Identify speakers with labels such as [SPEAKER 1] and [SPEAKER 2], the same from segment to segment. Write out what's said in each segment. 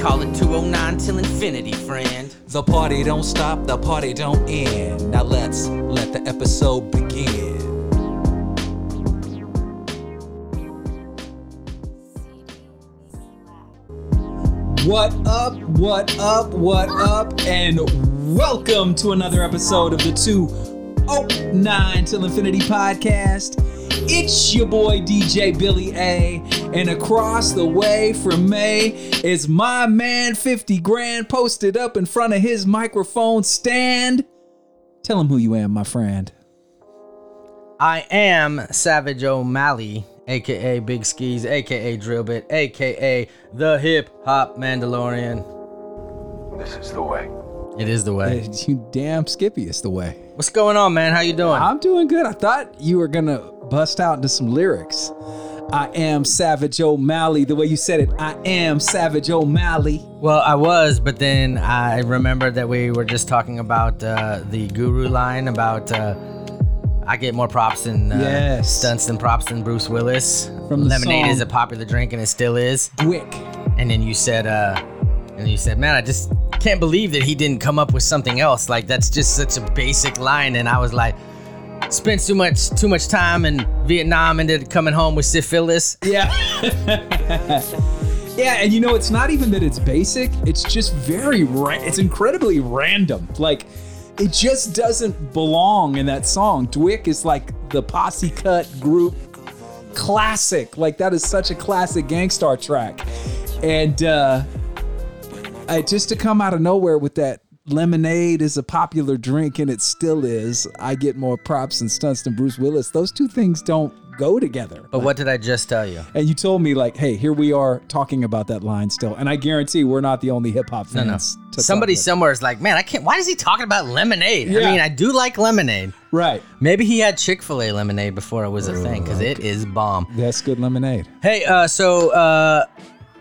[SPEAKER 1] call it 209 till infinity, friend.
[SPEAKER 2] The party don't stop, the party don't end. Now let's let the episode begin. What up, what up, what up, and welcome to another episode of the 209 Till Infinity podcast. It's your boy DJ Billy A, and across the way from me is my man 50 Grand posted up in front of his microphone stand. Tell him who you am, my friend.
[SPEAKER 1] I am Savage O'Malley, aka Big Skis, aka Drillbit, aka the Hip Hop Mandalorian.
[SPEAKER 3] This is the way.
[SPEAKER 1] It is the way.
[SPEAKER 2] You damn Skippy is the way.
[SPEAKER 1] What's going on, man? How you doing?
[SPEAKER 2] I'm doing good. I thought you were gonna bust out into some lyrics. I am Savage O'Malley. The way you said it, I am Savage O'Malley.
[SPEAKER 1] Well, I was, but then I remembered that we were just talking about uh, the Guru line about uh, I get more props and uh,
[SPEAKER 2] Yes.
[SPEAKER 1] stunts than props than Bruce Willis.
[SPEAKER 2] From the
[SPEAKER 1] Lemonade is
[SPEAKER 2] song.
[SPEAKER 1] a popular drink, and it still is.
[SPEAKER 2] Wick.
[SPEAKER 1] And then you said, uh, and you said, man, I just can't believe that he didn't come up with something else. Like that's just such a basic line, and I was like. Spent too much too much time in Vietnam and then coming home with syphilis.
[SPEAKER 2] Yeah. yeah, and you know, it's not even that it's basic. It's just very, ra- it's incredibly random. Like, it just doesn't belong in that song. Dwick is like the posse cut group classic. Like, that is such a classic Gangstar track. And uh, uh, just to come out of nowhere with that lemonade is a popular drink and it still is. I get more props and stunts than Bruce Willis. Those two things don't go together.
[SPEAKER 1] But what did I just tell you?
[SPEAKER 2] And you told me like, hey, here we are talking about that line still, and I guarantee we're not the only hip hop
[SPEAKER 1] No, no.
[SPEAKER 2] fans. to talk
[SPEAKER 1] Somebody
[SPEAKER 2] with.
[SPEAKER 1] somewhere is like, man, I can't. Why is he talking about lemonade?
[SPEAKER 2] Yeah.
[SPEAKER 1] I mean, I do like lemonade.
[SPEAKER 2] right?
[SPEAKER 1] Maybe he had Chick Fil A lemonade before it was a thing, because it is bomb.
[SPEAKER 2] That's good lemonade.
[SPEAKER 1] Hey, uh, so uh,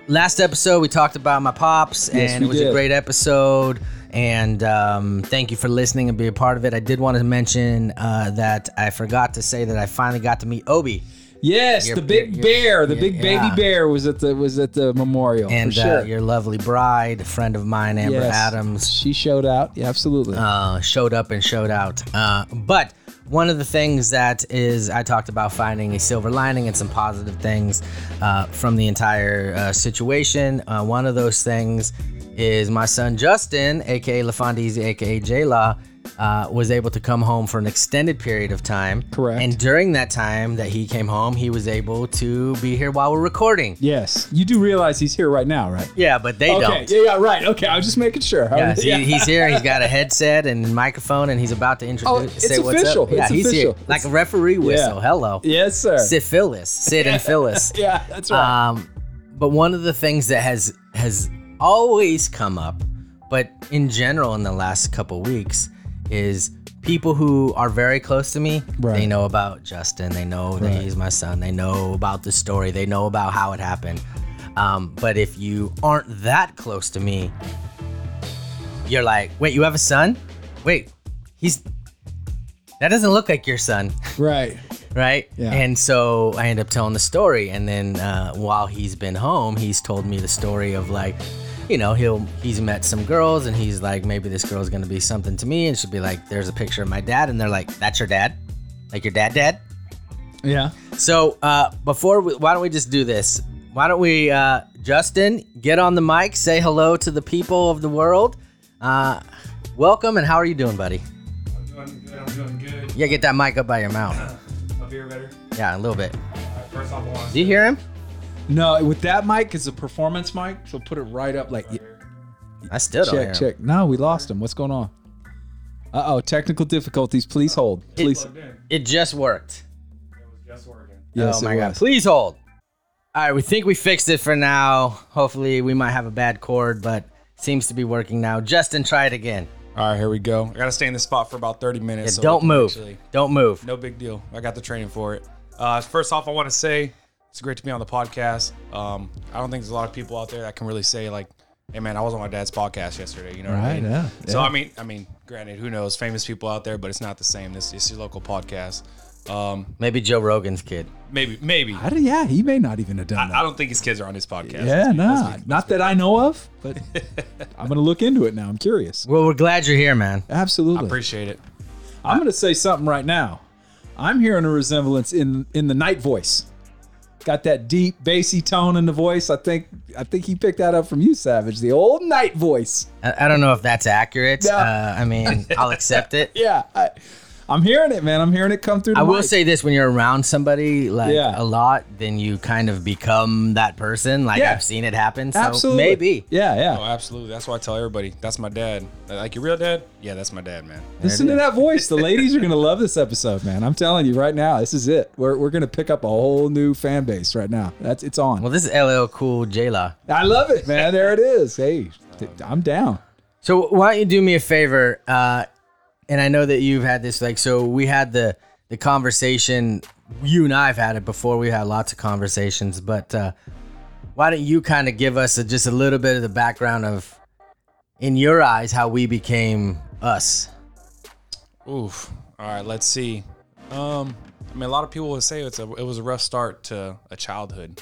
[SPEAKER 1] last episode we talked about my pops, and
[SPEAKER 2] Yes, we
[SPEAKER 1] it was
[SPEAKER 2] did.
[SPEAKER 1] a great episode. And um, thank you for listening and be a part of it. I did want to mention uh, that I forgot to say that I finally got to meet Obi,
[SPEAKER 2] Yes,
[SPEAKER 1] Your-
[SPEAKER 2] the big
[SPEAKER 1] your-
[SPEAKER 2] bear, the
[SPEAKER 1] your-
[SPEAKER 2] big baby
[SPEAKER 1] yeah.
[SPEAKER 2] bear was at the was at the memorial
[SPEAKER 1] and
[SPEAKER 2] for sure.
[SPEAKER 1] uh, your lovely bride, friend of mine, Amber
[SPEAKER 2] Yes.
[SPEAKER 1] Adams.
[SPEAKER 2] she showed out. Yeah, absolutely.
[SPEAKER 1] uh, showed up and showed out. Uh, but one of the things that is, I talked about finding a silver lining and some positive things uh, from the entire uh, situation. Uh, one of those things is my son Justin, aka LaFondeezy, aka J Law, uh, was able to come home for an extended period of time.
[SPEAKER 2] Correct.
[SPEAKER 1] And during that time that he came home, he was able to be here while we're recording.
[SPEAKER 2] yes, you do realize he's here right now, right?
[SPEAKER 1] Yeah, but they
[SPEAKER 2] Okay.
[SPEAKER 1] don't.
[SPEAKER 2] Yeah, yeah, right. Okay, I was just making sure.
[SPEAKER 1] Yeah,
[SPEAKER 2] Yeah.
[SPEAKER 1] He, he's here. He's got a headset and microphone, and he's about to introduce.
[SPEAKER 2] Oh, it's
[SPEAKER 1] say what's
[SPEAKER 2] official,
[SPEAKER 1] up. Yeah,
[SPEAKER 2] it's
[SPEAKER 1] he's
[SPEAKER 2] official.
[SPEAKER 1] here like a referee whistle. Hello,
[SPEAKER 2] Yes, sir.
[SPEAKER 1] syphilis, Sid and Phyllis.
[SPEAKER 2] Yeah, that's right.
[SPEAKER 1] Um, but one of the things that has has always come up, but in general in the last couple weeks, is people who are very close to me. They
[SPEAKER 2] Right.
[SPEAKER 1] know about Justin. They know
[SPEAKER 2] Right.
[SPEAKER 1] that he's my son. They know about the story. They know about how it happened. Um, but if you aren't that close to me, you're like, wait, you have a son? Wait, he's that doesn't look like your son.
[SPEAKER 2] right.
[SPEAKER 1] right?
[SPEAKER 2] Yeah.
[SPEAKER 1] And so I end up telling the story, and then uh, while he's been home, he's told me the story of like, you know, he'll he's met some girls, and he's like, maybe this girl's gonna be something to me, and she'll be like, there's a picture of my dad, and they're like, that's your dad, like your dad, dad.
[SPEAKER 2] Yeah.
[SPEAKER 1] So uh, before, we, why don't we just do this? Why don't we, uh, Justin, get on the mic, say hello to the people of the world. Uh, welcome, and how are you doing, buddy?
[SPEAKER 4] I'm doing good. I'm doing good.
[SPEAKER 1] Yeah, get that mic up by your mouth.
[SPEAKER 4] I feel better.
[SPEAKER 1] Yeah, a little bit.
[SPEAKER 4] Alright, first off, I want
[SPEAKER 1] Do you hear him?
[SPEAKER 2] No, with that mic, it's a performance mic, so put it right up. Like,
[SPEAKER 1] I still don't hear
[SPEAKER 2] check,
[SPEAKER 1] him.
[SPEAKER 2] check. No, we lost him. What's going on? Uh oh, technical difficulties. Please hold. Please.
[SPEAKER 4] plugged in. It
[SPEAKER 1] It just worked.
[SPEAKER 4] was just working.
[SPEAKER 2] Yes,
[SPEAKER 1] oh my
[SPEAKER 2] it
[SPEAKER 1] god!
[SPEAKER 2] was.
[SPEAKER 1] Please hold. All right, we think we fixed it for now. Hopefully, we might have a bad cord, but seems to be working now. Justin, try it again.
[SPEAKER 4] All right, here we go. I gotta stay in this spot for about 30 minutes.
[SPEAKER 1] Yeah,
[SPEAKER 4] so
[SPEAKER 1] don't move.
[SPEAKER 4] actually-
[SPEAKER 1] don't move.
[SPEAKER 4] no big deal. I got the training for it. Uh, first off, I want to say it's great to be on the podcast. Um, I don't think there's a lot of people out there that can really say like, "Hey, man, I was on my dad's podcast yesterday." You know, what I
[SPEAKER 2] Right,
[SPEAKER 4] mean?
[SPEAKER 2] yeah,
[SPEAKER 4] So
[SPEAKER 2] yeah.
[SPEAKER 4] I mean, I mean, granted, who knows? Famous people out there, but it's not the same. This it's your local podcast. Um,
[SPEAKER 1] Maybe Joe Rogan's kid.
[SPEAKER 4] maybe, maybe.
[SPEAKER 2] How do, yeah, he may not even have done that.
[SPEAKER 4] I, I don't think his kids are on his podcast.
[SPEAKER 2] yeah, nah. Not that I know of, but I'm going to look into it now. I'm curious.
[SPEAKER 1] Well, we're glad you're here, man.
[SPEAKER 2] Absolutely.
[SPEAKER 4] Appreciate it.
[SPEAKER 2] I'm going to say something right now. I'm hearing a resemblance in in the night voice. Got that deep bassy tone in the voice. I think I think he picked that up from you, Savage. The old night voice.
[SPEAKER 1] I, I don't know if that's accurate.
[SPEAKER 2] No.
[SPEAKER 1] Uh, I mean, I'll accept it.
[SPEAKER 2] Yeah, I, I'm hearing it, man. I'm hearing it come through. The
[SPEAKER 1] I will
[SPEAKER 2] mic.
[SPEAKER 1] say this: when you're around somebody like
[SPEAKER 2] Yeah.
[SPEAKER 1] a lot, then you kind of become that person. Like
[SPEAKER 2] Yeah.
[SPEAKER 1] I've seen it happen. So
[SPEAKER 2] absolutely,
[SPEAKER 1] maybe.
[SPEAKER 2] Yeah, yeah.
[SPEAKER 4] Oh, absolutely. That's why I tell everybody. That's my dad. Like your real dad? Yeah, that's my dad, man.
[SPEAKER 2] Listen to that voice. The ladies are gonna love this episode, man. I'm telling you right now, this is it. We're, we're gonna pick up a whole new fan base right now. That's it's on.
[SPEAKER 1] Well, this is LL Cool J Law.
[SPEAKER 2] I love it, man. There it is. Hey, th- I'm down.
[SPEAKER 1] So why don't you do me a favor? Uh, and I know that you've had this like so we had the the conversation. You and I have had it before. We had lots of conversations, but uh, why don't you kind of give us a, just a little bit of the background of, in your eyes, how we became us?
[SPEAKER 4] Oof. All right, let's see. Um, I mean, a lot of people would say it's a it was a rough start to a childhood,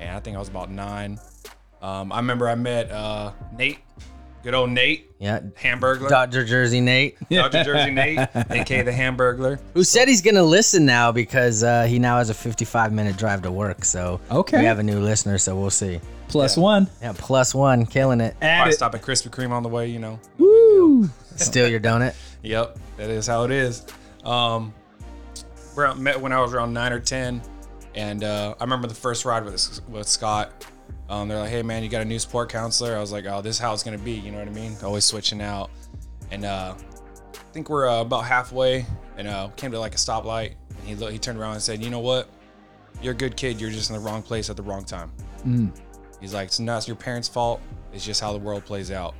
[SPEAKER 4] and I think I was about nine. Um, I remember I met uh, Nate, good old Nate,
[SPEAKER 1] Yeah,
[SPEAKER 4] Hamburglar,
[SPEAKER 1] Dodger jersey Nate,
[SPEAKER 4] Dr. Jersey Nate, aka the Hamburglar.
[SPEAKER 1] who said he's gonna listen now because uh, he now has a 55 minute drive to work. So
[SPEAKER 2] Okay.
[SPEAKER 1] we have a new listener, so we'll see.
[SPEAKER 2] Plus one.
[SPEAKER 1] Yeah, plus one, killing it.
[SPEAKER 2] Add
[SPEAKER 4] Probably
[SPEAKER 2] it.
[SPEAKER 4] stop at Krispy Kreme on the way, you know.
[SPEAKER 2] Woo.
[SPEAKER 1] Steal your donut.
[SPEAKER 4] Yep, that is how it is. Um, we're out, met when I was around nine or ten, and uh, I remember the first ride with with Scott. Um, they're like, "Hey man, you got a new sport counselor?" I was like, "Oh, this is how it's gonna be." You know what I mean? Always switching out, and uh, I think we're uh, about halfway, and uh, came to like a stoplight. And he lo- he turned around and said, "You know what? You're a good kid. You're just in the wrong place at the wrong time." He's like, "It's not your parents' fault. It's just how the world plays out."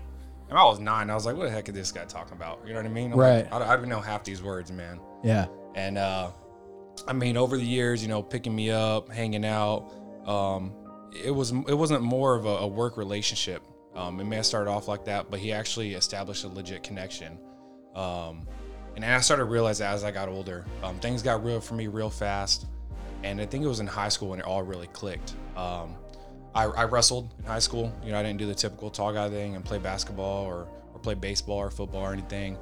[SPEAKER 4] And I was nine. I was like, "What the heck is this guy talking about?" You know what I mean? I'm like,
[SPEAKER 2] Right.
[SPEAKER 4] I don't, I don't know half these words, man.
[SPEAKER 2] Yeah.
[SPEAKER 4] And uh, I mean, over the years, you know, picking me up, hanging out, um, it was it wasn't more of a, a work relationship. Um, it may have started off like that, but he actually established a legit connection. Um, and then I started to realize that as I got older, um, things got real for me real fast. And I think it was in high school when it all really clicked. Um, I, I wrestled in high school. You know, I didn't do the typical tall guy thing and play basketball or, or play baseball or football or anything.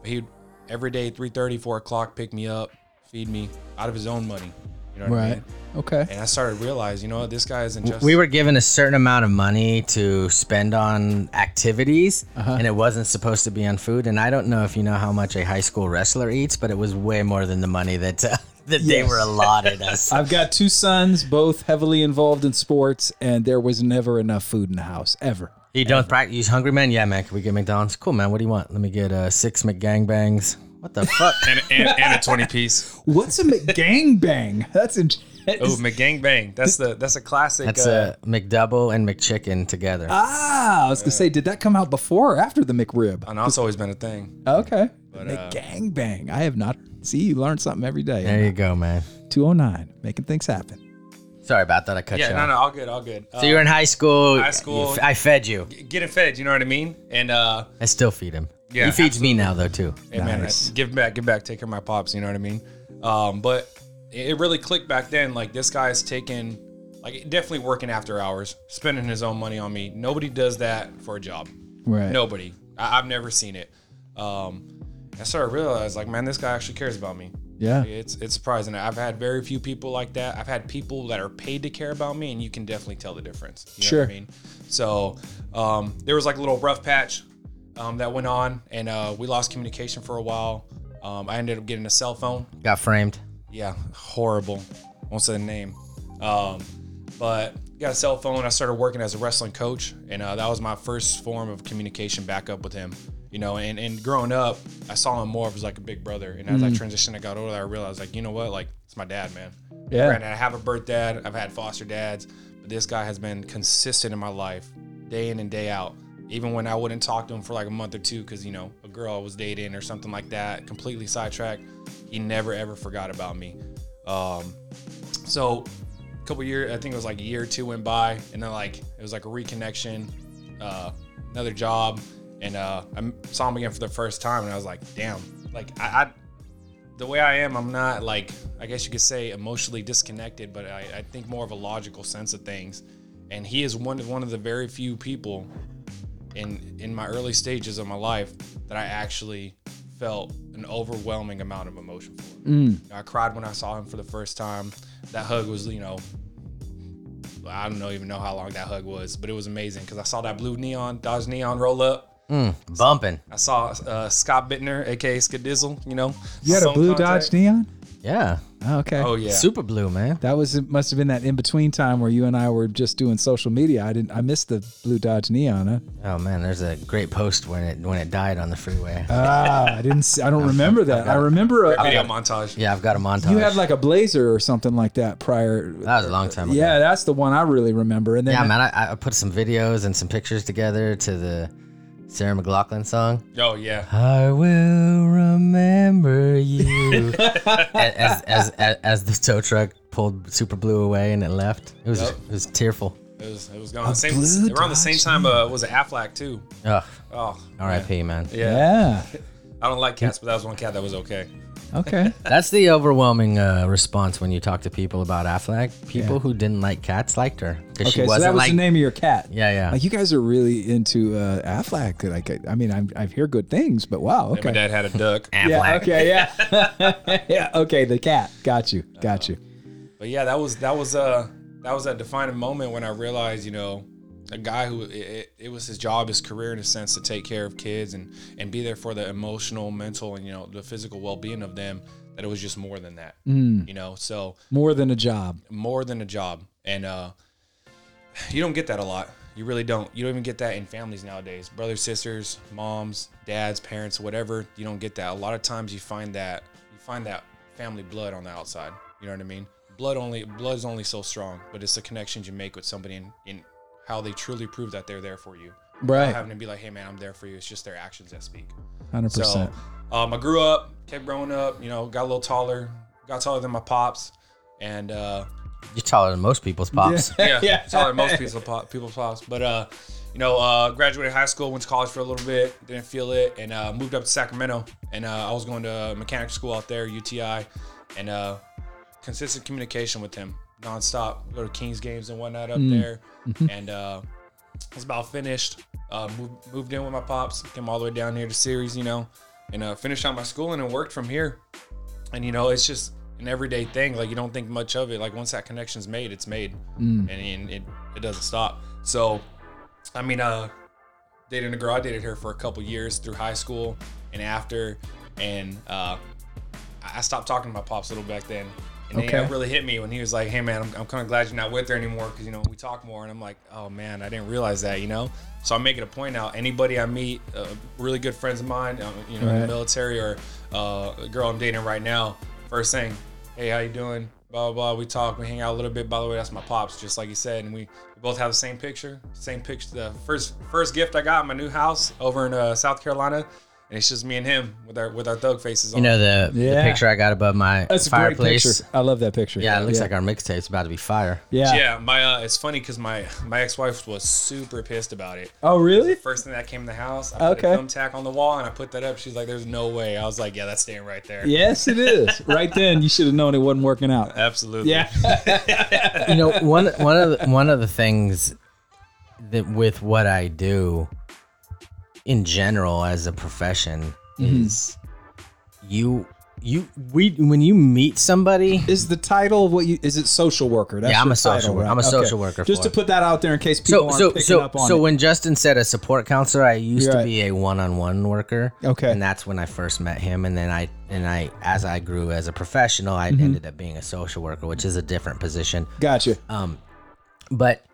[SPEAKER 4] But he'd every day, 3.30, 4 o'clock, pick me up, feed me out of his own money. You know what I
[SPEAKER 2] Right.
[SPEAKER 4] mean?
[SPEAKER 2] Okay.
[SPEAKER 4] And I started to realize, you know what, this guy isn't just.
[SPEAKER 1] We were given a certain amount of money to spend on activities,
[SPEAKER 4] Uh-huh.
[SPEAKER 1] and it wasn't supposed to be on food. And I don't know if you know how much a high school wrestler eats, but it was way more than the money that uh, that they
[SPEAKER 2] Yes.
[SPEAKER 1] were allotted us.
[SPEAKER 2] I've got two sons, both heavily involved in sports, and there was never enough food in the house ever.
[SPEAKER 1] you don't practice. You hungry, man? Yeah, man. Can we get McDonald's? Cool, man. What do you want? Let me get uh, six McGangbangs. What the fuck?
[SPEAKER 4] and, and, and a 20 piece.
[SPEAKER 2] What's a McGangbang? That's in.
[SPEAKER 4] Oh, McGangbang. That's the that's a classic.
[SPEAKER 1] That's
[SPEAKER 4] uh,
[SPEAKER 1] a McDouble and McChicken together.
[SPEAKER 2] Ah, I was gonna say, did that come out before or after the McRib?
[SPEAKER 4] and that's always been a thing.
[SPEAKER 2] Okay.
[SPEAKER 4] uh,
[SPEAKER 2] McGangbang. I have not. See, you learn something every day.
[SPEAKER 1] there you go, man.
[SPEAKER 2] 209, making things happen.
[SPEAKER 1] Sorry about that. I cut
[SPEAKER 4] Yeah,
[SPEAKER 1] you
[SPEAKER 4] no,
[SPEAKER 1] off.
[SPEAKER 4] no, all good, all good. Uh,
[SPEAKER 1] So you're in high school.
[SPEAKER 4] High
[SPEAKER 1] you-
[SPEAKER 4] school.
[SPEAKER 1] I fed you.
[SPEAKER 4] getting fed, you know what I mean? And uh,
[SPEAKER 1] I still feed him.
[SPEAKER 4] Yeah,
[SPEAKER 1] he feeds me now though too.
[SPEAKER 4] Hey, man,
[SPEAKER 2] Nice.
[SPEAKER 4] I- give back, give back, take care of my pops. You know what I mean? Um, but it it really clicked back then. Like this guy's taking, like definitely working after hours, spending his own money on me. Nobody does that for a job.
[SPEAKER 2] Right.
[SPEAKER 4] Nobody. I, I've never seen it. Um, I started to realize, like, man, this guy actually cares about me.
[SPEAKER 2] Yeah.
[SPEAKER 4] It's it's surprising. I've had very few people like that. I've had people that are paid to care about me, and you can definitely tell the difference. You know
[SPEAKER 2] Sure.
[SPEAKER 4] what I mean, so um, there was like a little rough patch um, that went on, and uh, we lost communication for a while. Um, I ended up getting a cell phone.
[SPEAKER 1] Got framed.
[SPEAKER 4] Yeah, horrible. Won't say the name. Um, but got a cell phone. I started working as a wrestling coach, and uh, that was my first form of communication back up with him. You know, and, and growing up, I saw him more of as like a big brother. And as I transitioned, I got older, I realized like, you know what, like it's my dad, man.
[SPEAKER 2] Yeah.
[SPEAKER 4] Granted, I have a birth dad. I've had foster dads, but this guy has been consistent in my life, day in and day out. Even when I wouldn't talk to him for like a month or two, because you know a girl I was dating or something like that, completely sidetracked. He never ever forgot about me. Um, so a couple years, I think it was like a year or two went by, and then like it was like a reconnection, uh, another job, and uh, I m- saw him again for the first time, and I was like, damn, like I, I the way I am, I'm not like I guess you could say emotionally disconnected, but I, I think more of a logical sense of things. And he is one of one of the very few people in in my early stages of my life that I actually felt an overwhelming amount of emotion for. I cried when I saw him for the first time. That hug was, you know, I don't know even know how long that hug was, but it was amazing because I saw that blue neon Dodge Neon roll up.
[SPEAKER 2] Hmm.
[SPEAKER 1] Bumping.
[SPEAKER 4] I saw uh, Scott Bittner, aka Skadizzle, you know.
[SPEAKER 2] You had a
[SPEAKER 4] some
[SPEAKER 2] blue
[SPEAKER 4] contact.
[SPEAKER 2] Dodge Neon?
[SPEAKER 1] Yeah.
[SPEAKER 2] Oh, okay.
[SPEAKER 4] Oh yeah.
[SPEAKER 1] Super blue, man.
[SPEAKER 2] That was it must have been that in between time where you and I were just doing social media. I didn't I missed the blue Dodge Neon. Huh?
[SPEAKER 1] Oh man, there's a great post when it when it died on the freeway.
[SPEAKER 2] Ah, I didn't. See, I don't remember that. I remember a,
[SPEAKER 4] Video
[SPEAKER 2] a-
[SPEAKER 4] montage.
[SPEAKER 1] yeah, I've got a montage.
[SPEAKER 2] you had like a blazer or something like that prior.
[SPEAKER 1] that was a long time ago.
[SPEAKER 2] Yeah, that's the one I really remember. And then
[SPEAKER 1] Yeah, man. I, I put some videos and some pictures together to the Sarah McLaughlin song.
[SPEAKER 4] Oh yeah.
[SPEAKER 1] I will remember you. as, as, as, as the tow truck pulled Super Blue away and it left. It was
[SPEAKER 4] Yep.
[SPEAKER 1] it was tearful.
[SPEAKER 4] It was it was gone. Same
[SPEAKER 2] blue
[SPEAKER 4] around the same
[SPEAKER 2] Dodge
[SPEAKER 4] time uh was it Aflac too.
[SPEAKER 1] Ugh.
[SPEAKER 4] Oh
[SPEAKER 1] R.I.P. Man.
[SPEAKER 4] yeah. yeah.
[SPEAKER 2] yeah,
[SPEAKER 4] I don't like cats, but that was one cat that was okay.
[SPEAKER 2] okay,
[SPEAKER 1] That's the overwhelming uh, response when you talk to people about Affleck. People who didn't like cats liked her because she
[SPEAKER 2] okay. So
[SPEAKER 1] wasn't
[SPEAKER 2] that was
[SPEAKER 1] like.
[SPEAKER 2] the name of your cat.
[SPEAKER 1] Yeah, yeah.
[SPEAKER 2] Like you guys are really into uh, Aflac. Like I- I mean, I'm, I hear good things, but wow.
[SPEAKER 4] And my
[SPEAKER 2] Okay.
[SPEAKER 4] dad had a duck.
[SPEAKER 2] Yeah.
[SPEAKER 1] Affleck.
[SPEAKER 2] Okay. Yeah. yeah. Okay. The cat. Got you. Got you.
[SPEAKER 4] But yeah, that was that was uh that was that defining moment when I realized, you know, a guy who it, it, it was his job, his career in a sense to take care of kids and and be there for the emotional, mental, and you know the physical well being of them. That it was just more than that, you know. So
[SPEAKER 2] More than a job.
[SPEAKER 4] more than a job, and uh, you don't get that a lot. You really don't. You don't even get that in families nowadays. Brothers, sisters, moms, dads, parents, whatever. You don't get that. A lot of times you find that you find that family blood on the outside. You know what I mean? Blood only blood's only so strong, but it's the connections you make with somebody and in, how they truly prove that they're there for you. Not
[SPEAKER 2] Right.
[SPEAKER 4] having to be like, hey man, I'm there for you. It's just their actions that speak.
[SPEAKER 2] Hundred
[SPEAKER 4] Um, So
[SPEAKER 2] percent.
[SPEAKER 4] um, I grew up, kept growing up, you know, got a little taller, got taller than my pops. And uh
[SPEAKER 1] You're taller than most people's pops.
[SPEAKER 4] yeah, taller than most people pop, people's pops. But uh, you know, uh, graduated high school, went to college for a little bit, didn't feel it, and uh, moved up to Sacramento. And uh, I was going to mechanic school out there, UTI, and uh, consistent communication with him nonstop. Go to Kings games and whatnot up there, and uh, I was about finished. Uh, moved, moved in with my pops, came all the way down here to series, you know, and uh, finished out my schooling and worked from here and you know it's just an everyday thing like you don't think much of it like once that connection's made it's made
[SPEAKER 2] Mm.
[SPEAKER 4] and, and it, it doesn't stop so i mean uh dated a girl i dated her for a couple years through high school and after and uh i I stopped talking to my pops a little back then and then
[SPEAKER 2] Okay.
[SPEAKER 4] it really hit me when he was like hey man i'm, I'm kind of glad you're not with her anymore because you know we talk more and i'm like oh man i didn't realize that you know so i'm making a point now anybody i meet uh, really good friends of mine um, you know in the
[SPEAKER 2] Right.
[SPEAKER 4] military or uh, a girl I'm dating right now, first thing, hey, how you doing? Blah, blah, blah. We talk, we hang out a little bit. By the way, that's my pops, just like you said. And we, we both have the same picture, same picture. The first first gift I got, my new house over in uh, South Carolina. and it's just me and him with our with our thug faces on.
[SPEAKER 1] You know the, the
[SPEAKER 2] Yeah.
[SPEAKER 1] picture I got above my
[SPEAKER 2] That's a
[SPEAKER 1] fireplace.
[SPEAKER 2] great picture. I love that picture.
[SPEAKER 1] Yeah, it looks like our mixtape's about to be fire.
[SPEAKER 2] yeah.
[SPEAKER 4] yeah, my uh, it's funny because my my ex wife was super pissed about it.
[SPEAKER 2] Oh, really?
[SPEAKER 4] First thing that came in the house, I put
[SPEAKER 2] Okay.
[SPEAKER 4] a thumbtack on the wall and I put that up. She's like, "There's no way." I was like, "Yeah, that's staying right there."
[SPEAKER 2] Yes, it is. right then, you should have known it wasn't working out.
[SPEAKER 4] absolutely.
[SPEAKER 2] Yeah.
[SPEAKER 1] you know one one of the, one of the things that with what I do in general as a profession
[SPEAKER 2] Mm-hmm.
[SPEAKER 1] is you you we when you meet somebody
[SPEAKER 2] Is the title of what you is it social worker? That's
[SPEAKER 1] Yeah, I'm
[SPEAKER 2] your
[SPEAKER 1] a social
[SPEAKER 2] title,
[SPEAKER 1] worker.
[SPEAKER 2] right?
[SPEAKER 1] I'm a social worker
[SPEAKER 2] Just
[SPEAKER 1] for
[SPEAKER 2] to
[SPEAKER 1] it.
[SPEAKER 2] put that out there in case people
[SPEAKER 1] so
[SPEAKER 2] aren't
[SPEAKER 1] so
[SPEAKER 2] picking
[SPEAKER 1] so
[SPEAKER 2] up on
[SPEAKER 1] so
[SPEAKER 2] it.
[SPEAKER 1] when Justin said a support counselor I used
[SPEAKER 2] You're
[SPEAKER 1] to
[SPEAKER 2] right.
[SPEAKER 1] be a one-on-one worker
[SPEAKER 2] Okay.
[SPEAKER 1] and that's when I first met him and then I and I as I grew as a professional I
[SPEAKER 2] Mm-hmm.
[SPEAKER 1] ended up being a social worker which is a different position
[SPEAKER 2] gotcha.
[SPEAKER 1] Um, but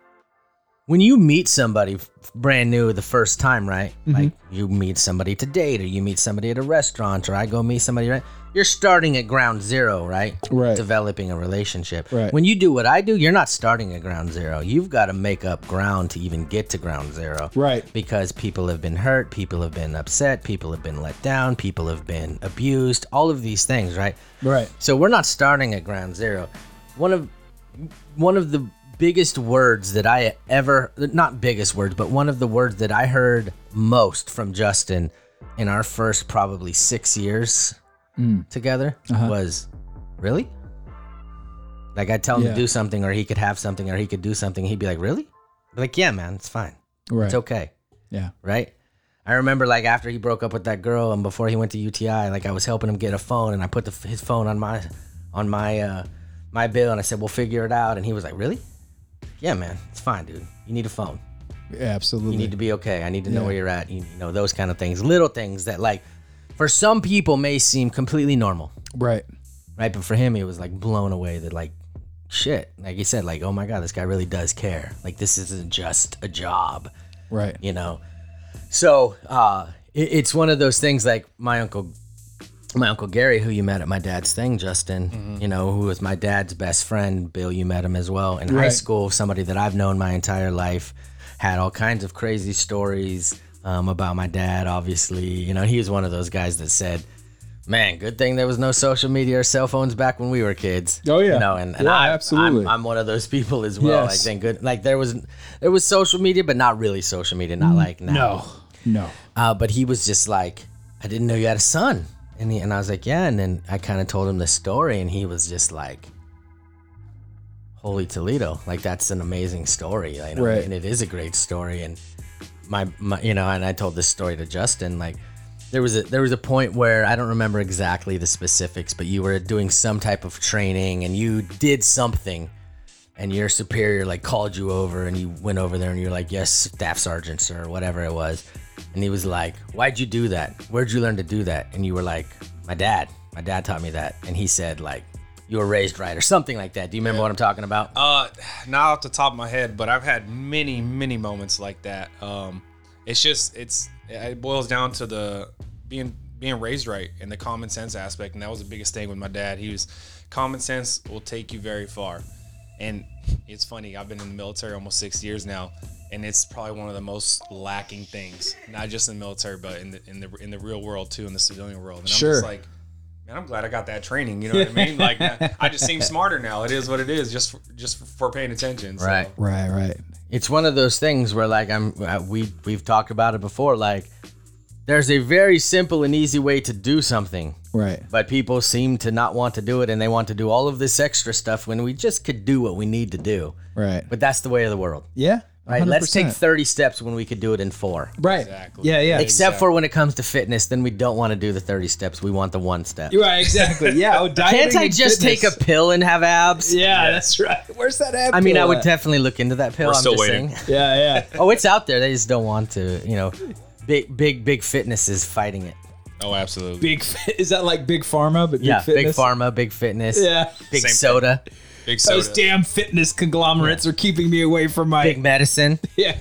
[SPEAKER 1] when you meet somebody f- brand new the first time, right?
[SPEAKER 2] Mm-hmm.
[SPEAKER 1] Like you meet somebody to date, or you meet somebody at a restaurant, or I go meet somebody. Right? You're starting at ground zero, right?
[SPEAKER 2] Right.
[SPEAKER 1] Developing a relationship.
[SPEAKER 2] Right.
[SPEAKER 1] When you do what I do, you're not starting at ground zero. You've got to make up ground to even get to ground zero.
[SPEAKER 2] Right.
[SPEAKER 1] Because people have been hurt, people have been upset, people have been let down, people have been abused. All of these things, right?
[SPEAKER 2] Right.
[SPEAKER 1] So we're not starting at ground zero. One of one of the biggest words that I ever not biggest words, but one of the words that I heard most from Justin in our first probably six years
[SPEAKER 2] Hmm.
[SPEAKER 1] together
[SPEAKER 2] Uh-huh.
[SPEAKER 1] was really? Like I'd tell him
[SPEAKER 2] Yeah.
[SPEAKER 1] to do something or he could have something or he could do something. He'd be like, Really? I'd be like, yeah, man, it's fine.
[SPEAKER 2] Right.
[SPEAKER 1] It's okay
[SPEAKER 2] yeah.
[SPEAKER 1] right? I remember like after he broke up with that girl and before he went to UTI, like I was helping him get a phone and I put the, his phone on my on my uh my bill and I said we'll figure it out and he was like really? Yeah, man, it's fine, dude. You need a phone.
[SPEAKER 2] Absolutely.
[SPEAKER 1] You need to be okay. I need to know
[SPEAKER 2] Yeah.
[SPEAKER 1] where you're at. You, you know those kind of things, little things that like for some people may seem completely normal,
[SPEAKER 2] right.
[SPEAKER 1] right? But for him, he was like blown away that like shit. Like he said, like oh my god, this guy really does care. Like this isn't just a job
[SPEAKER 2] Right.
[SPEAKER 1] you know so uh it, it's one of those things like my uncle my uncle gary who you met at my dad's thing justin
[SPEAKER 2] Mm-hmm.
[SPEAKER 1] you know who was my dad's best friend bill you met him as well in high
[SPEAKER 2] Right.
[SPEAKER 1] school somebody that i've known my entire life had all kinds of crazy stories um, about my dad obviously you know he was one of those guys that said Man, good thing there was no social media or cell phones back when we were kids.
[SPEAKER 2] Oh, yeah.
[SPEAKER 1] you know, and, and
[SPEAKER 2] Yeah,
[SPEAKER 1] I,
[SPEAKER 2] absolutely.
[SPEAKER 1] I'm, I'm one of those people as well. Like,
[SPEAKER 2] Yes.
[SPEAKER 1] thank good. Like, there was there was social media, but not really social media. Not like now.
[SPEAKER 2] Mm, No. No.
[SPEAKER 1] Uh, but he was just like, I didn't know you had a son. And, he, and I was like, yeah. And then I kind of told him the story, and he was just like, holy Toledo. Like, that's an amazing story. You know?
[SPEAKER 2] Right.
[SPEAKER 1] And it is a great story. And my, my, you know, and I told this story to Justin, like, there was a there was a point where I don't remember exactly the specifics, but you were doing some type of training and you did something, and your superior like called you over and you went over there and you're like, "Yes, staff sergeant, sir," whatever it was, and he was like, "Why'd you do that? Where'd you learn to do that?" And you were like, "My dad. My dad taught me that," and he said like, "You were raised right" or something like that. Do you remember what I'm talking about?
[SPEAKER 4] Uh, not off the top of my head, but I've had many, many moments like that. Um, it's just it's it boils down to the being being raised right and the common sense aspect, and that was the biggest thing with my dad. He was common sense will take you very far, and it's funny. I've been in the military almost six years now, and it's probably one of the most lacking things, not just in the military, but in the in the in the real world too, in the civilian world. And I'm
[SPEAKER 2] Sure.
[SPEAKER 4] just like man, I'm glad I got that training. You know what I mean? Like, uh, I just seem smarter now. It is what it is. Just, for, just for paying attention. So.
[SPEAKER 1] Right.
[SPEAKER 2] Right. Right.
[SPEAKER 1] it's one of those things where like I'm uh, we we've talked about it before like there's a very simple and easy way to do something
[SPEAKER 2] Right.
[SPEAKER 1] but people seem to not want to do it and they want to do all of this extra stuff when we just could do what we need to do
[SPEAKER 2] Right.
[SPEAKER 1] but that's the way of the world
[SPEAKER 2] Yeah.
[SPEAKER 1] right let's take
[SPEAKER 2] 100%.
[SPEAKER 1] 30 steps when we could do it in 4
[SPEAKER 2] Right.
[SPEAKER 4] Exactly.
[SPEAKER 2] Yeah. Yeah.
[SPEAKER 1] except for when it comes to fitness then we don't want to do the 30 steps we want the one step
[SPEAKER 2] Right. Exactly. Yeah. Oh,
[SPEAKER 1] can't
[SPEAKER 2] dieting
[SPEAKER 1] I
[SPEAKER 2] and
[SPEAKER 1] just take a
[SPEAKER 2] fitness.
[SPEAKER 1] pill and have abs
[SPEAKER 2] Yeah, That's right. Where's that app?
[SPEAKER 1] I mean, I would
[SPEAKER 2] tell.
[SPEAKER 1] definitely look into that pill.
[SPEAKER 4] We're
[SPEAKER 1] I'm
[SPEAKER 4] still
[SPEAKER 1] just
[SPEAKER 4] waiting.
[SPEAKER 1] saying.
[SPEAKER 2] Yeah. Yeah.
[SPEAKER 1] Oh, it's out there. They just don't want to. You know, big, big, big fitness is fighting it.
[SPEAKER 4] Oh, absolutely.
[SPEAKER 2] Big is that like big pharma? But big
[SPEAKER 1] yeah, big
[SPEAKER 2] fitness?
[SPEAKER 1] pharma, big fitness,
[SPEAKER 2] Yeah.
[SPEAKER 1] big
[SPEAKER 4] Same
[SPEAKER 1] soda,
[SPEAKER 4] Big
[SPEAKER 2] Those
[SPEAKER 4] soda.
[SPEAKER 2] damn fitness conglomerates are keeping me away from my
[SPEAKER 1] big medicine.
[SPEAKER 2] yeah,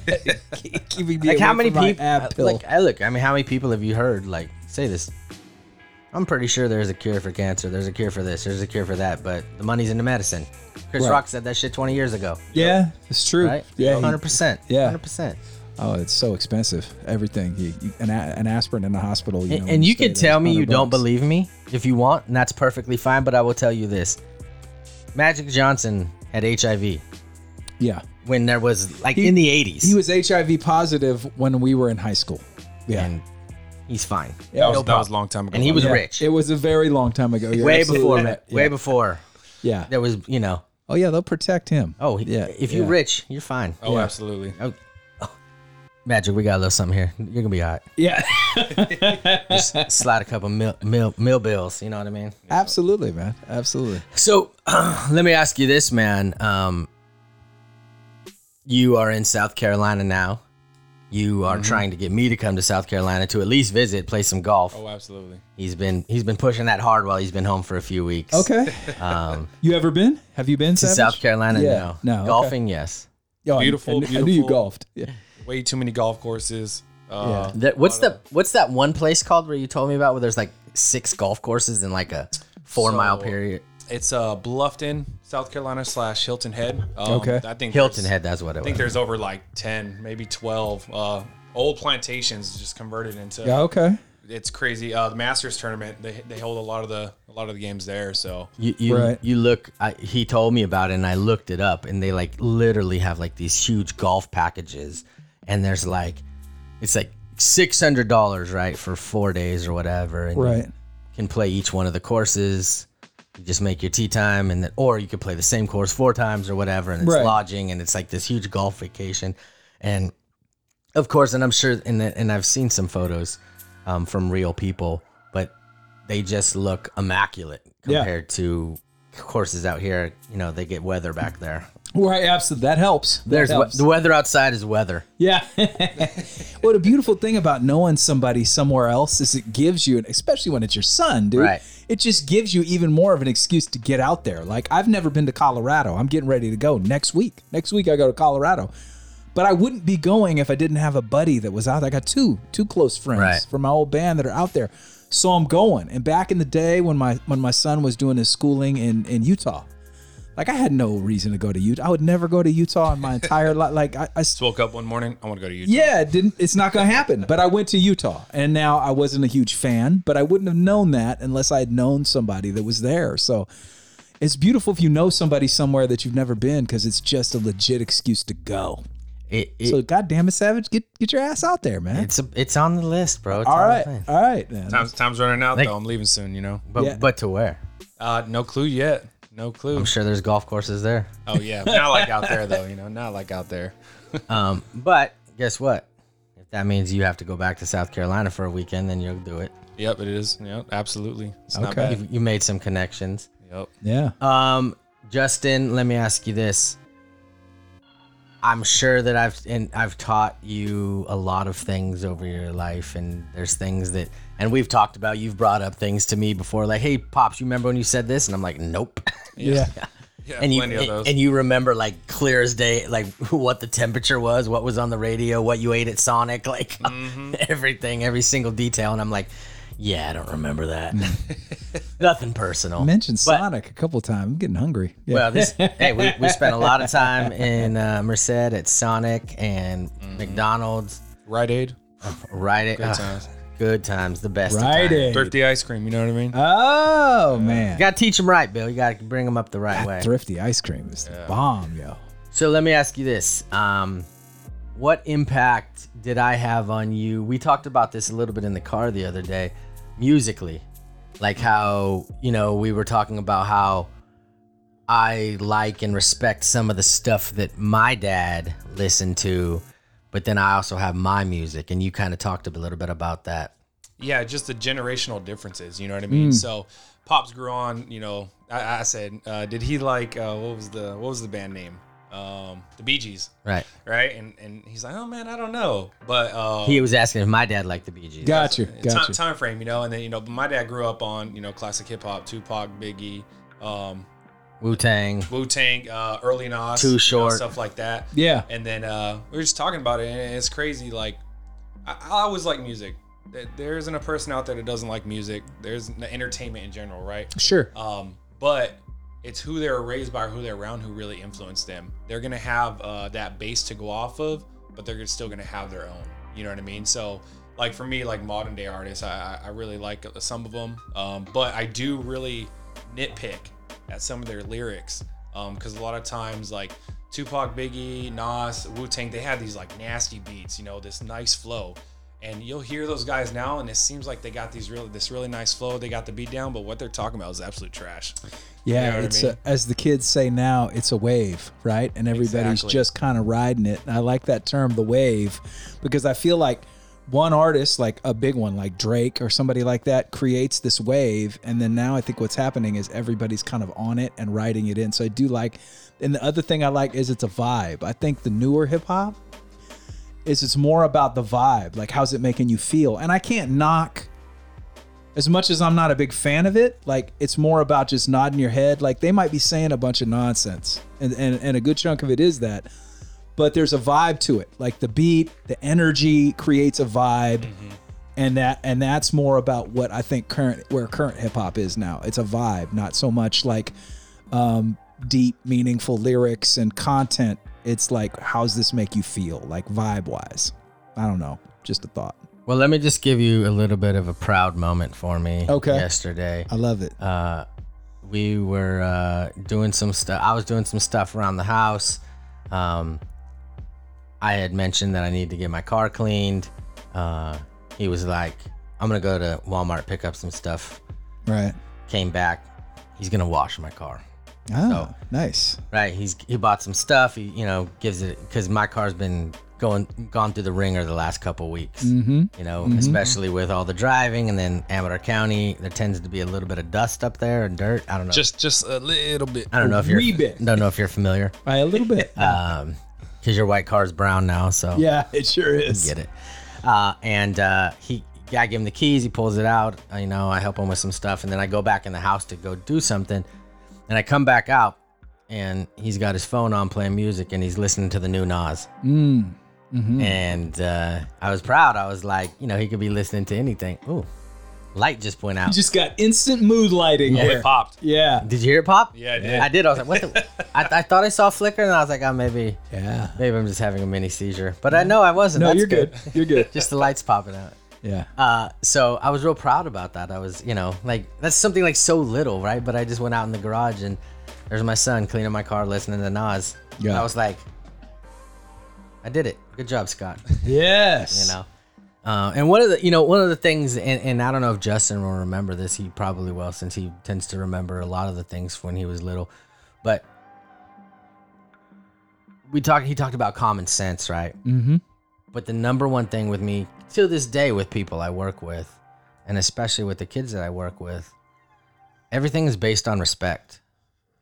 [SPEAKER 2] keeping me
[SPEAKER 1] Like
[SPEAKER 2] away
[SPEAKER 1] how many
[SPEAKER 2] from my
[SPEAKER 1] people?
[SPEAKER 2] ab pill.
[SPEAKER 1] Like I look. I mean, how many people have you heard like say this? I'm pretty sure there's a cure for cancer. There's a cure for this. There's a cure for that. But the money's in the medicine. Chris
[SPEAKER 2] Right.
[SPEAKER 1] Rock said that shit 20 years ago.
[SPEAKER 2] yeah, it's true.
[SPEAKER 1] Right?
[SPEAKER 2] Yeah, he-
[SPEAKER 1] 100. percent
[SPEAKER 2] Yeah.
[SPEAKER 1] 100. percent
[SPEAKER 2] Oh, it's so expensive. Everything. You, you, an, a- an aspirin in the hospital. You know,
[SPEAKER 1] And,
[SPEAKER 2] when
[SPEAKER 1] and you
[SPEAKER 2] stay
[SPEAKER 1] could
[SPEAKER 2] there,
[SPEAKER 1] tell me
[SPEAKER 2] it's
[SPEAKER 1] you
[SPEAKER 2] 100
[SPEAKER 1] don't
[SPEAKER 2] bucks.
[SPEAKER 1] believe me if you want, and that's perfectly fine, but I will tell you this Magic Johnson had HIV
[SPEAKER 2] Yeah.
[SPEAKER 1] when there was, like,
[SPEAKER 2] He-
[SPEAKER 1] in the 80s.
[SPEAKER 2] He was HIV positive when we were in high school. Yeah.
[SPEAKER 1] and he's fine.
[SPEAKER 2] Yeah,
[SPEAKER 4] That was,
[SPEAKER 2] no
[SPEAKER 4] that was a long time ago.
[SPEAKER 1] And he was
[SPEAKER 2] Yeah.
[SPEAKER 1] rich.
[SPEAKER 2] It was a very long time ago. You're
[SPEAKER 1] way
[SPEAKER 2] absolutely
[SPEAKER 1] before,
[SPEAKER 2] right.
[SPEAKER 1] way
[SPEAKER 2] Yeah.
[SPEAKER 1] before
[SPEAKER 2] Yeah.
[SPEAKER 1] there was, you know,
[SPEAKER 2] Oh yeah, they'll protect him.
[SPEAKER 1] oh, he-
[SPEAKER 2] yeah.
[SPEAKER 1] if you're
[SPEAKER 2] yeah.
[SPEAKER 1] rich, you're fine.
[SPEAKER 4] Oh,
[SPEAKER 2] Yeah.
[SPEAKER 4] absolutely.
[SPEAKER 1] Oh, oh. Magic, we got a little something here. You're going to be all right.
[SPEAKER 2] yeah,
[SPEAKER 1] Just slide a couple mil, mil, mil bills, you know what I mean?
[SPEAKER 2] absolutely, man, absolutely.
[SPEAKER 1] So let me ask you this, man. Um, you are in South Carolina now. You
[SPEAKER 2] Mm-hmm.
[SPEAKER 1] are trying to get me to come to South Carolina to at least visit, play some golf.
[SPEAKER 4] Oh, absolutely.
[SPEAKER 1] He's been he's been pushing that hard while he's been home for a few weeks.
[SPEAKER 2] Okay,
[SPEAKER 1] Um,
[SPEAKER 2] you ever been? Have you been
[SPEAKER 1] to
[SPEAKER 2] Savage?
[SPEAKER 1] South Carolina,
[SPEAKER 2] Yeah,
[SPEAKER 1] no.
[SPEAKER 2] no, okay.
[SPEAKER 1] Golfing, yes.
[SPEAKER 2] Oh, I-
[SPEAKER 4] Beautiful,
[SPEAKER 2] I, kn- I knew you
[SPEAKER 4] beautiful.
[SPEAKER 2] golfed. Yeah.
[SPEAKER 4] Way too many golf courses. Uh,
[SPEAKER 1] That, what's the what's that one place called where you told me about where there's like six golf courses in like a four mile
[SPEAKER 4] So-
[SPEAKER 1] period?
[SPEAKER 4] It's uh, Bluffton, South Carolina slash Hilton Head. Um,
[SPEAKER 2] Okay.
[SPEAKER 4] I think
[SPEAKER 1] Hilton
[SPEAKER 4] there's-
[SPEAKER 1] Head, that's what it
[SPEAKER 4] I think
[SPEAKER 1] was.
[SPEAKER 4] there's over like ten, maybe twelve uh, old plantations just converted into.
[SPEAKER 2] Yeah, Okay.
[SPEAKER 4] It's crazy. Uh, the Masters tournament they, they hold a lot of the a lot of the games there. So
[SPEAKER 1] You you,
[SPEAKER 2] Right.
[SPEAKER 1] you look. I, he told me about it, and I looked it up, and they like literally have like these huge golf packages, and there's like, it's like six hundred dollars right for four days or whatever, and
[SPEAKER 2] Right.
[SPEAKER 1] you can play each one of the courses. You just make your tea time, and then or you could play the same course four times or whatever, and it's
[SPEAKER 2] Right.
[SPEAKER 1] lodging, and it's like this huge golf vacation, and of course, and I'm sure, and and I've seen some photos um, from real people, but they just look immaculate
[SPEAKER 2] Yeah.
[SPEAKER 1] compared to courses out here. You know, they get weather back there.
[SPEAKER 2] Right. Absolutely. That helps. That
[SPEAKER 1] There's we-
[SPEAKER 2] helps.
[SPEAKER 1] the weather outside is weather.
[SPEAKER 2] Yeah. what a beautiful thing about knowing somebody somewhere else is it gives you, and especially when it's your son, dude.
[SPEAKER 1] Right.
[SPEAKER 2] It just gives you even more of an excuse to get out there. Like I've never been to Colorado. I'm getting ready to go next week. Next week I go to Colorado. But I wouldn't be going if I didn't have a buddy that was out. I got two, two close friends
[SPEAKER 1] Right.
[SPEAKER 2] from my old band that are out there. So I'm going. And back in the day when my when my son was doing his schooling in, in Utah, like I had no reason to go to Utah. I would never go to Utah in my entire life. Like I, I
[SPEAKER 4] just woke up one morning. I want to go to Utah.
[SPEAKER 2] yeah, it didn't it's not gonna happen. But I went to Utah, and now I wasn't a huge fan, but I wouldn't have known that unless I had known somebody that was there. So it's beautiful if you know somebody somewhere that you've never been, because it's just a legit excuse to go.
[SPEAKER 1] It, it-
[SPEAKER 2] So goddamn it, Savage, get get your ass out there, man.
[SPEAKER 1] it's a, it's on the list, bro. It's
[SPEAKER 2] All
[SPEAKER 1] on the
[SPEAKER 2] right,
[SPEAKER 1] thing.
[SPEAKER 2] all right, man.
[SPEAKER 4] Time's, time's running out
[SPEAKER 1] Like-
[SPEAKER 4] though. I'm leaving soon. You know.
[SPEAKER 1] but
[SPEAKER 2] Yeah.
[SPEAKER 1] but to where?
[SPEAKER 4] Uh, no clue yet. No clue.
[SPEAKER 1] I'm sure there's golf courses there.
[SPEAKER 4] Oh yeah, not like out there though. You know, not like out there.
[SPEAKER 1] Um, but guess what? If that means you have to go back to South Carolina for a weekend, then you'll do it.
[SPEAKER 4] Yep, it is. Yep, absolutely. It's not
[SPEAKER 2] Okay.
[SPEAKER 4] bad.
[SPEAKER 1] You, you made some connections.
[SPEAKER 4] Yep.
[SPEAKER 2] Yeah.
[SPEAKER 1] Um, Justin, let me ask you this. I'm sure that I've and I've taught you a lot of things over your life, and there's things that and we've talked about. You've brought up things to me before, like, "Hey, pops, you remember when you said this?" And I'm like, "Nope."
[SPEAKER 2] Yeah.
[SPEAKER 4] Yeah,
[SPEAKER 1] and you
[SPEAKER 4] plenty of those.
[SPEAKER 1] and you remember like clear as day, like what the temperature was, what was on the radio, what you ate at Sonic, like
[SPEAKER 4] Mm-hmm.
[SPEAKER 1] everything, every single detail. And I'm like, "Yeah, I don't remember that. Nothing personal."
[SPEAKER 2] I mentioned
[SPEAKER 1] But-
[SPEAKER 2] Sonic a couple times. I'm getting hungry. Yeah.
[SPEAKER 1] Well, this hey, we, we spent a lot of time in uh, Merced at Sonic and McDonald's.
[SPEAKER 4] Rite Aid,
[SPEAKER 1] Right at
[SPEAKER 4] Mm-hmm. Good
[SPEAKER 1] ugh,
[SPEAKER 4] times.
[SPEAKER 1] good times, the best.
[SPEAKER 2] Rite
[SPEAKER 1] Right.
[SPEAKER 2] Aid.
[SPEAKER 4] thrifty ice cream. You know what I mean?
[SPEAKER 1] Ah.
[SPEAKER 2] Oh man.
[SPEAKER 1] You gotta teach them right, Bill. You gotta bring them up the right way.
[SPEAKER 2] Thrifty ice cream is the bomb, yo.
[SPEAKER 1] So let me ask you this: um, What impact did I have on you? We talked about this a little bit in the car the other day, musically, like how you know we were talking about how I like and respect some of the stuff that my dad listened to, but then I also have my music, and you kind of talked a little bit about that.
[SPEAKER 4] yeah, just the generational differences. You know what I
[SPEAKER 1] Mm.
[SPEAKER 4] mean? So, pops grew on. You know, I, I said, uh, did he like uh, what was the what was the band name? Um, the Bee Gees,
[SPEAKER 1] Right.
[SPEAKER 4] right? And and he's like, oh man, I don't know, but uh,
[SPEAKER 1] He was asking if my dad liked the Bee Gees.
[SPEAKER 2] Got you.
[SPEAKER 4] time,
[SPEAKER 2] Got you.
[SPEAKER 4] time frame, you know. And then you know, my dad grew up on you know classic hip hop, Tupac, Biggie, um,
[SPEAKER 1] Wu Tang.
[SPEAKER 4] Wu Tang, uh, early Nas,
[SPEAKER 1] Too
[SPEAKER 4] you know,
[SPEAKER 1] Short.
[SPEAKER 4] stuff like that.
[SPEAKER 2] Yeah.
[SPEAKER 4] And then uh, we were just talking about it, and it's crazy. Like, I, I always like music. There- There isn't a person out there that doesn't like music. There's n- entertainment in general, right?
[SPEAKER 2] Sure.
[SPEAKER 4] Um, but it's who they're raised by or who they're around who really influenced them. They're gonna have uh, that base to go off of but they're still gonna have their own. You know what I mean? So like for me, like modern day artists, I I- I really like some of them, um, but I do really nitpick at some of their lyrics because a lot of times like Tupac, Biggie, Nas, Wu Tang, they had these like nasty beats, you know, this nice flow. And you'll hear those guys now, and it seems like they got these really this really nice flow. They got the beat down, but what they're talking about is absolute trash.
[SPEAKER 2] Yeah,
[SPEAKER 4] You know what I
[SPEAKER 2] it's
[SPEAKER 4] mean?
[SPEAKER 2] a, as the kids say now, it's a wave, right? And everybody's
[SPEAKER 4] Exactly.
[SPEAKER 2] just kind of riding it. And I like that term, the wave, because I feel like one artist, like a big one, like Drake or somebody like that, creates this wave, and then now I think what's happening is everybody's kind of on it and riding it in. So I do like, and the other thing I like is it's a vibe. I think the newer hip hop is it's more about the vibe, like how's it making you feel, and I can't knock as much as I'm not a big fan of it, like it's more about just nodding your head. Like they might be saying a bunch of nonsense, and and, and a good chunk of it is that. But there's a vibe to it, like the beat, the energy creates a vibe, and that and that's more about what I think current where current hip hop is now. It's a vibe, not so much like um, deep, meaningful lyrics and content. It's like how's this make you feel, like vibe wise. I don't know, just a thought.
[SPEAKER 1] Well, let me just give you a little bit of a proud moment for me.
[SPEAKER 2] Okay.
[SPEAKER 1] Yesterday,
[SPEAKER 2] I love it.
[SPEAKER 1] uh, we were uh, doing some stuff. I was doing some stuff around the house. Um, I had mentioned that I needed to get my car cleaned. Uh, he was like, "I'm gonna go to Walmart pick up some stuff."
[SPEAKER 2] Right.
[SPEAKER 1] Came back. He's gonna wash my car.
[SPEAKER 2] Oh, nice.
[SPEAKER 1] Right? He's he bought some stuff. He you know gives it because my car's been going gone through the ringer the last couple weeks
[SPEAKER 2] Mm-hmm.
[SPEAKER 1] you know, especially with all the driving and then Amador County, there tends to be a little bit of dust up there and dirt. I don't know.
[SPEAKER 4] Just just a little bit.
[SPEAKER 1] I don't know if you're
[SPEAKER 2] wee bit.
[SPEAKER 1] don't know if you're familiar.
[SPEAKER 2] By a little bit.
[SPEAKER 1] Um 'cause because your white car is brown now, so
[SPEAKER 2] yeah, it sure
[SPEAKER 1] I
[SPEAKER 2] is.
[SPEAKER 1] get it. Uh, and uh, he, I give him the keys. He pulls it out. uh, You know, I help him with some stuff, and then I go back in the house to go do something, and I come back out, and he's got his phone on playing music, and he's listening to the new Nas.
[SPEAKER 2] Mm. hmm
[SPEAKER 1] And uh, I was proud. I was like, you know, he could be listening to anything. Ooh, light just went out.
[SPEAKER 2] Just got instant mood lighting.
[SPEAKER 4] Oh, it
[SPEAKER 2] there.
[SPEAKER 4] popped.
[SPEAKER 2] Yeah.
[SPEAKER 1] Did you hear it pop?
[SPEAKER 4] Yeah, I did.
[SPEAKER 1] I did. I was like, what the? I, I thought I saw a flicker, and I was like, oh, maybe,
[SPEAKER 2] Yeah.
[SPEAKER 1] maybe I'm just having a mini seizure. But I know I wasn't.
[SPEAKER 2] No,
[SPEAKER 1] That's
[SPEAKER 2] you're good. You're good.
[SPEAKER 1] just the lights popping out.
[SPEAKER 2] Yeah.
[SPEAKER 1] Uh, so I was real proud about that. I was, you know, like that's something like so little, right? But I just went out in the garage and there's my son cleaning my car, listening to Nas.
[SPEAKER 2] Yeah.
[SPEAKER 1] And I was like, I did it. Good job, Scott.
[SPEAKER 2] Yes.
[SPEAKER 1] you know. Uh, and one of the, you know, one of the things, and, and I don't know if Justin will remember this. He probably will, since he tends to remember a lot of the things when he was little. But we talked. He talked about common sense, right?
[SPEAKER 2] Mm-hmm.
[SPEAKER 1] But the number one thing with me to this day with people I work with, and especially with the kids that I work with, everything is based on respect.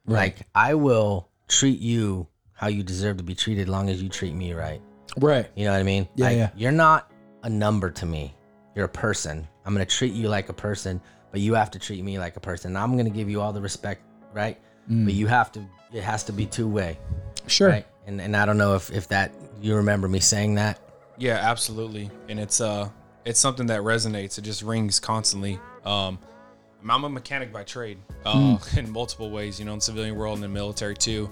[SPEAKER 2] Right.
[SPEAKER 1] Like I will treat you how you deserve to be treated, long as you treat me right.
[SPEAKER 2] Right.
[SPEAKER 1] You know what I mean?
[SPEAKER 2] Yeah,
[SPEAKER 1] Like,
[SPEAKER 2] yeah.
[SPEAKER 1] You're not a number to me. You're a person. I'm gonna treat you like a person, but you have to treat me like a person. I'm gonna give you all the respect, right? But you have to. It has to be two way,
[SPEAKER 2] Mm. Sure.
[SPEAKER 1] right? And and I don't know if if that you remember me saying that.
[SPEAKER 4] Yeah, absolutely. And it's uh it's something that resonates. It just rings constantly. Um I'm a mechanic by trade, uh, in multiple ways, you know, in civilian world and the military too.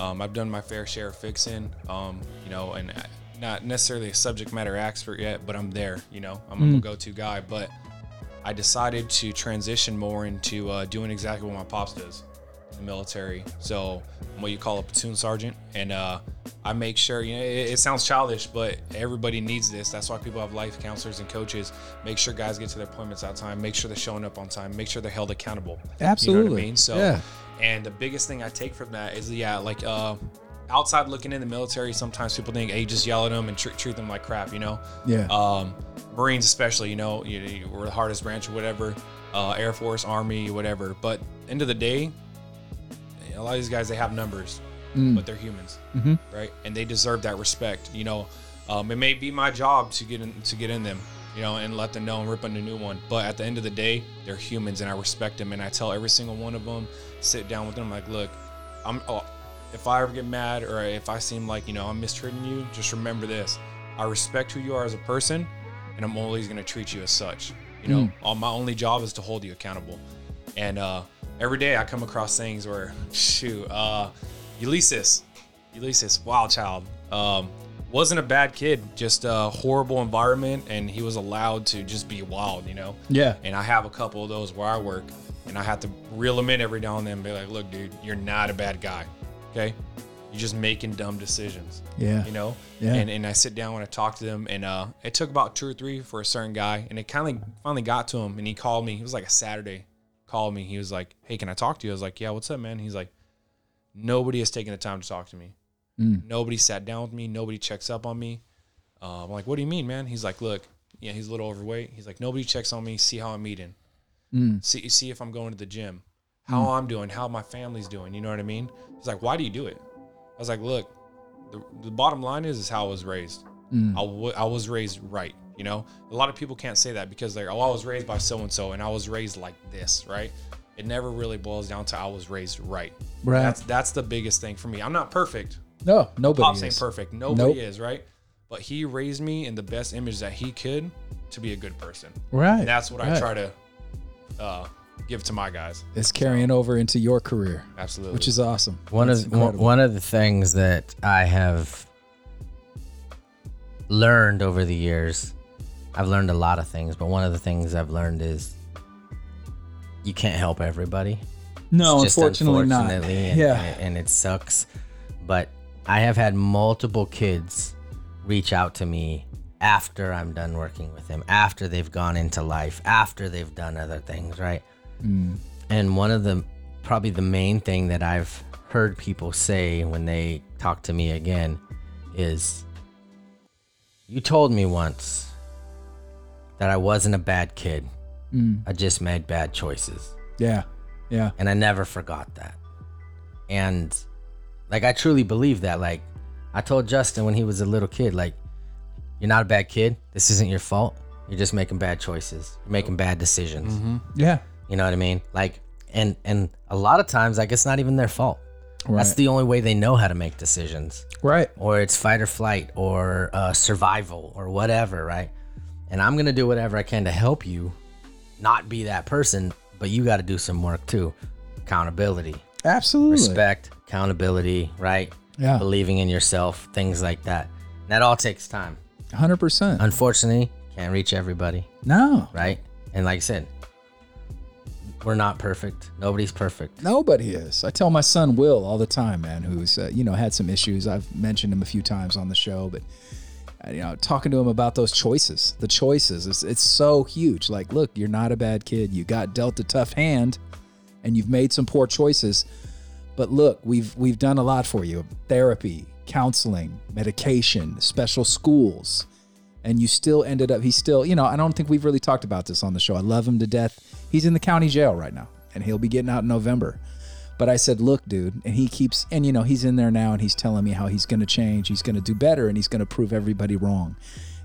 [SPEAKER 4] Um, I've done my fair share of fixing, um, you know, and I, not necessarily a subject matter expert yet, but I'm there, you know, I'm a go-to guy. But I decided to transition more into uh, doing exactly what my pops does in the military. So I'm what you call a platoon sergeant, and uh, I make sure you know it, it sounds childish, but everybody needs this. That's why people have life counselors and coaches. Make sure guys get to their appointments on time. Make sure they're showing up on time. Make sure they're held accountable. You know what
[SPEAKER 2] Absolutely.
[SPEAKER 4] I mean? So
[SPEAKER 2] Yeah.
[SPEAKER 4] and the biggest thing I take from that is yeah, like uh, outside looking in the military, sometimes people think, hey, just yell at them and tr- treat them like crap, you know?
[SPEAKER 2] Yeah.
[SPEAKER 4] um, Marines especially, you know, you, you we're the hardest branch or whatever, uh, Air Force, Army, whatever. But end of the day, a lot of these guys they have numbers,
[SPEAKER 2] Mm.
[SPEAKER 4] but they're humans, right? And they deserve that respect. You know, um, it may be my job to get in to get in them, you know, and let them know and rip on a new one. But at the end of the day, they're humans, and I respect them. And I tell every single one of them, sit down with them, like, look, I'm. Oh, if I ever get mad or if I seem like you know I'm mistreating you, just remember this: I respect who you are as a person, and I'm always going to treat you as such. You know, all, my only job is to hold you accountable. And uh, every day I come across things where, shoot, uh, Ulysses, Ulysses, wild child. Um, wasn't a bad kid, just a horrible environment, and he was allowed to just be wild, you know.
[SPEAKER 2] Yeah.
[SPEAKER 4] And I have a couple of those where I work, and I have to reel him in every now and then, and be like, "Look, dude, you're not a bad guy, okay? You're just making dumb decisions."
[SPEAKER 2] Yeah.
[SPEAKER 4] You know.
[SPEAKER 2] Yeah.
[SPEAKER 4] And and I sit down when I talk to them, and uh, it took about two or three for a certain guy, and it kind of finally got to him, and he called me. It was like a Saturday. Called me. He was like, "Hey, can I talk to you?" I was like, "Yeah, what's up, man?" He's like, "Nobody has taken the time to talk to me."
[SPEAKER 2] Hmm.
[SPEAKER 4] Nobody sat down with me. Nobody checks up on me. Uh, I'm like, what do you mean, man? He's like, look, yeah, he's a little overweight. He's like, nobody checks on me. See how I'm eating.
[SPEAKER 2] Hmm.
[SPEAKER 4] See, see if I'm going to the gym, how I'm doing, how my family's doing. You know what I mean? He's like, why do you do it? I was like, look, the, the bottom line is, is how I was raised.
[SPEAKER 2] Mm.
[SPEAKER 4] I wa- I was raised right. You know, a lot of people can't say that because they're, oh, I was raised by so and so and I was raised like this, right? It never really boils down to I was raised right.
[SPEAKER 2] Right.
[SPEAKER 4] That's that's the biggest thing for me. I'm not perfect,
[SPEAKER 2] No, nobody
[SPEAKER 4] Pops ain't
[SPEAKER 2] is.
[SPEAKER 4] perfect. Nobody
[SPEAKER 2] Nope.
[SPEAKER 4] is, right? But he raised me in the best image that he could to be a good person.
[SPEAKER 2] Right.
[SPEAKER 4] And that's what
[SPEAKER 2] right.
[SPEAKER 4] I try to uh, give to my guys.
[SPEAKER 2] It's carrying over into your career,
[SPEAKER 4] Absolutely.
[SPEAKER 2] which is awesome.
[SPEAKER 1] One
[SPEAKER 2] That's
[SPEAKER 1] of one,
[SPEAKER 2] incredible.
[SPEAKER 1] one of the things that I have learned over the years, I've learned a lot of things, but one of the things I've learned is you can't help everybody.
[SPEAKER 2] No,
[SPEAKER 1] Just
[SPEAKER 2] unfortunately not.
[SPEAKER 1] unfortunately, And,
[SPEAKER 2] yeah.
[SPEAKER 1] and, it, and it sucks. But I have had multiple kids reach out to me after I'm done working with them, after they've gone into life, after they've done other things, right?
[SPEAKER 2] Mm.
[SPEAKER 1] And one of the probably the main thing that I've heard people say when they talk to me again is you told me once that I wasn't a bad kid. I just made bad choices
[SPEAKER 2] Mm. yeah. Yeah.
[SPEAKER 1] and I never forgot that. And like I truly believe that. Like I told Justin when he was a little kid, like you're not a bad kid. This isn't your fault. You're just making bad choices. You're making bad decisions.
[SPEAKER 2] Yeah.
[SPEAKER 1] You know what I mean? Like and and a lot of times like it's not even their fault.
[SPEAKER 2] Right.
[SPEAKER 1] That's the only way they know how to make decisions
[SPEAKER 2] right.
[SPEAKER 1] or it's fight or flight or uh, survival or whatever, right? And I'm gonna do whatever I can to help you not be that person, but you got to do some work too. Accountability,
[SPEAKER 2] Absolutely.
[SPEAKER 1] respect, accountability, right?
[SPEAKER 2] Yeah.
[SPEAKER 1] Believing in yourself, things like that. And that all takes time.
[SPEAKER 2] 100%.
[SPEAKER 1] Unfortunately, can't reach everybody,
[SPEAKER 2] no.
[SPEAKER 1] right? And like I said, we're not perfect. Nobody's perfect.
[SPEAKER 2] Nobody is. I tell my son Will all the time, man, who's uh, you know had some issues. I've mentioned him a few times on the show, but uh, you know, talking to him about those choices, the choices, it's, it's so huge. Like, look, you're not a bad kid. You got dealt a tough hand, and you've made some poor choices. But look, we've we've done a lot for you: therapy, counseling, medication, special schools, and you still ended up. He's still, you know, I don't think we've really talked about this on the show. I love him to death. He's in the county jail right now, and he'll be getting out in November. But I said, look, dude, and he keeps, and you know, he's in there now and he's telling me how he's going to change, he's going to do better, and he's going to prove everybody wrong.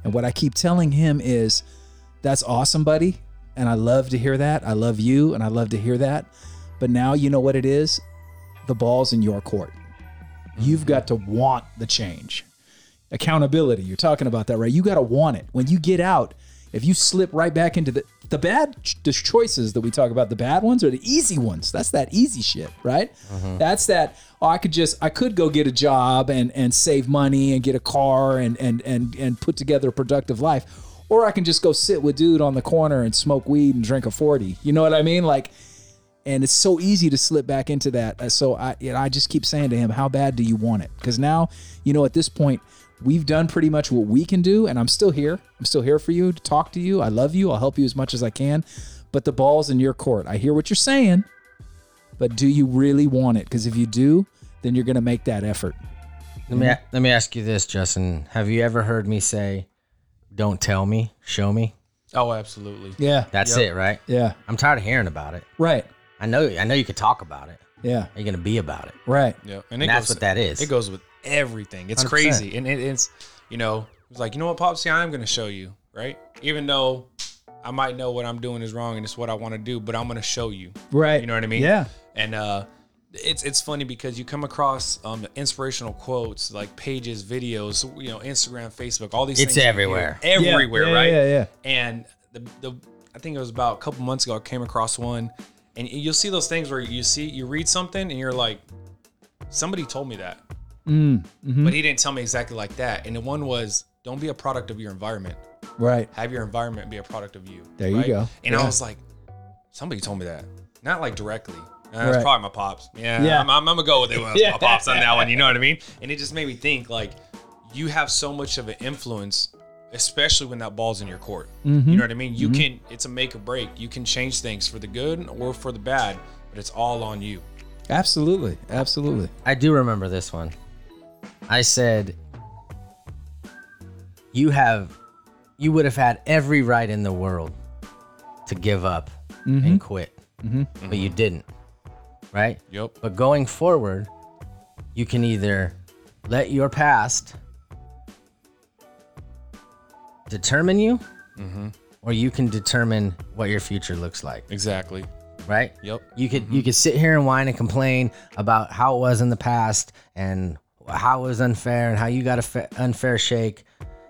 [SPEAKER 2] And what I keep telling him is, that's awesome, buddy. And I love to hear that. I love you and I love to hear that. But now you know what it is? The ball's in your court. You've got to want the change. Accountability, you're talking about that, right? You got to want it. When you get out, if you slip right back into the the bad ch- the choices that we talk about, the bad ones are the easy ones. That's that easy shit, right? That's that. Oh, I could just I could go get a job and and save money and get a car and and and and put together a productive life, or I can just go sit with dude on the corner and smoke weed and drink a forty. You know what I mean? Like and it's so easy to slip back into that. Uh, So I, you know, I just keep saying to him, "How bad do you want it?" Because now, you know, at this point, we've done pretty much what we can do, and I'm still here. I'm still here for you to talk to you. I love you. I'll help you as much as I can, but the ball's in your court. I hear what you're saying, but do you really want it? Because if you do, then you're going to make that effort.
[SPEAKER 1] Let me let me ask you this, Justin. Have you ever heard me say, "Don't tell me, show me"?
[SPEAKER 4] oh, absolutely.
[SPEAKER 2] Yeah.
[SPEAKER 1] That's it, right?
[SPEAKER 2] Yeah.
[SPEAKER 1] I'm tired of hearing about it.
[SPEAKER 2] Right.
[SPEAKER 1] I know I know you could talk about it.
[SPEAKER 2] Yeah.
[SPEAKER 1] Are you gonna be about it?
[SPEAKER 2] Right.
[SPEAKER 4] Yeah. And,
[SPEAKER 1] And that's what that is.
[SPEAKER 4] It goes with everything. It's
[SPEAKER 1] 100%.
[SPEAKER 4] crazy. And it, it's, you know, it's like, you know what, Popsy, I'm going to show you, right? Even though I might know what I'm doing is wrong and it's what I want to do, but I'm going to show you.
[SPEAKER 2] Right.
[SPEAKER 4] You know what I mean?
[SPEAKER 2] Yeah.
[SPEAKER 4] And uh, it's it's funny because you come across um, inspirational quotes like pages, videos, you know, Instagram, Facebook, all these.
[SPEAKER 1] It's
[SPEAKER 4] things you hear
[SPEAKER 1] everywhere.
[SPEAKER 4] everywhere,
[SPEAKER 2] Yeah, yeah,
[SPEAKER 4] right?
[SPEAKER 2] yeah, yeah.
[SPEAKER 4] And the, the I think it was about a couple months ago I came across one, and you'll see those things where you see you read something and you're like, somebody told me that.
[SPEAKER 2] Mm. Mm-hmm.
[SPEAKER 4] But he didn't tell me exactly like that. And the one was, don't be a product of your environment.
[SPEAKER 2] Right.
[SPEAKER 4] Have your environment be a product of you.
[SPEAKER 2] There you go.
[SPEAKER 4] And
[SPEAKER 2] Yeah.
[SPEAKER 4] I was like, somebody told me that. Not like directly. Uh, It's
[SPEAKER 2] Right.
[SPEAKER 4] probably my pops. Yeah.
[SPEAKER 2] Yeah.
[SPEAKER 4] I'm, I'm, I'm going to go with it. with
[SPEAKER 2] Yeah.
[SPEAKER 4] My pops on that one. You know what I mean? And it just made me think like, you have so much of an influence, especially when that ball's in your court.
[SPEAKER 2] Mm-hmm.
[SPEAKER 4] You know what I mean? You can, it's a make or break. You can change things for the good or for the bad, but it's all on you.
[SPEAKER 2] Absolutely. Absolutely.
[SPEAKER 1] I do remember this one. I said, "You have, you would have had every right in the world to give up and quit, but you didn't, right?
[SPEAKER 4] Yep.
[SPEAKER 1] But going forward, you can either let your past determine you,
[SPEAKER 4] Mm-hmm.
[SPEAKER 1] or you can determine what your future looks like,
[SPEAKER 4] Exactly.
[SPEAKER 1] right?
[SPEAKER 4] Yep. Mm-hmm.
[SPEAKER 1] You could you could sit here and whine and complain about how it was in the past and how it was unfair and how you got a fa- unfair shake,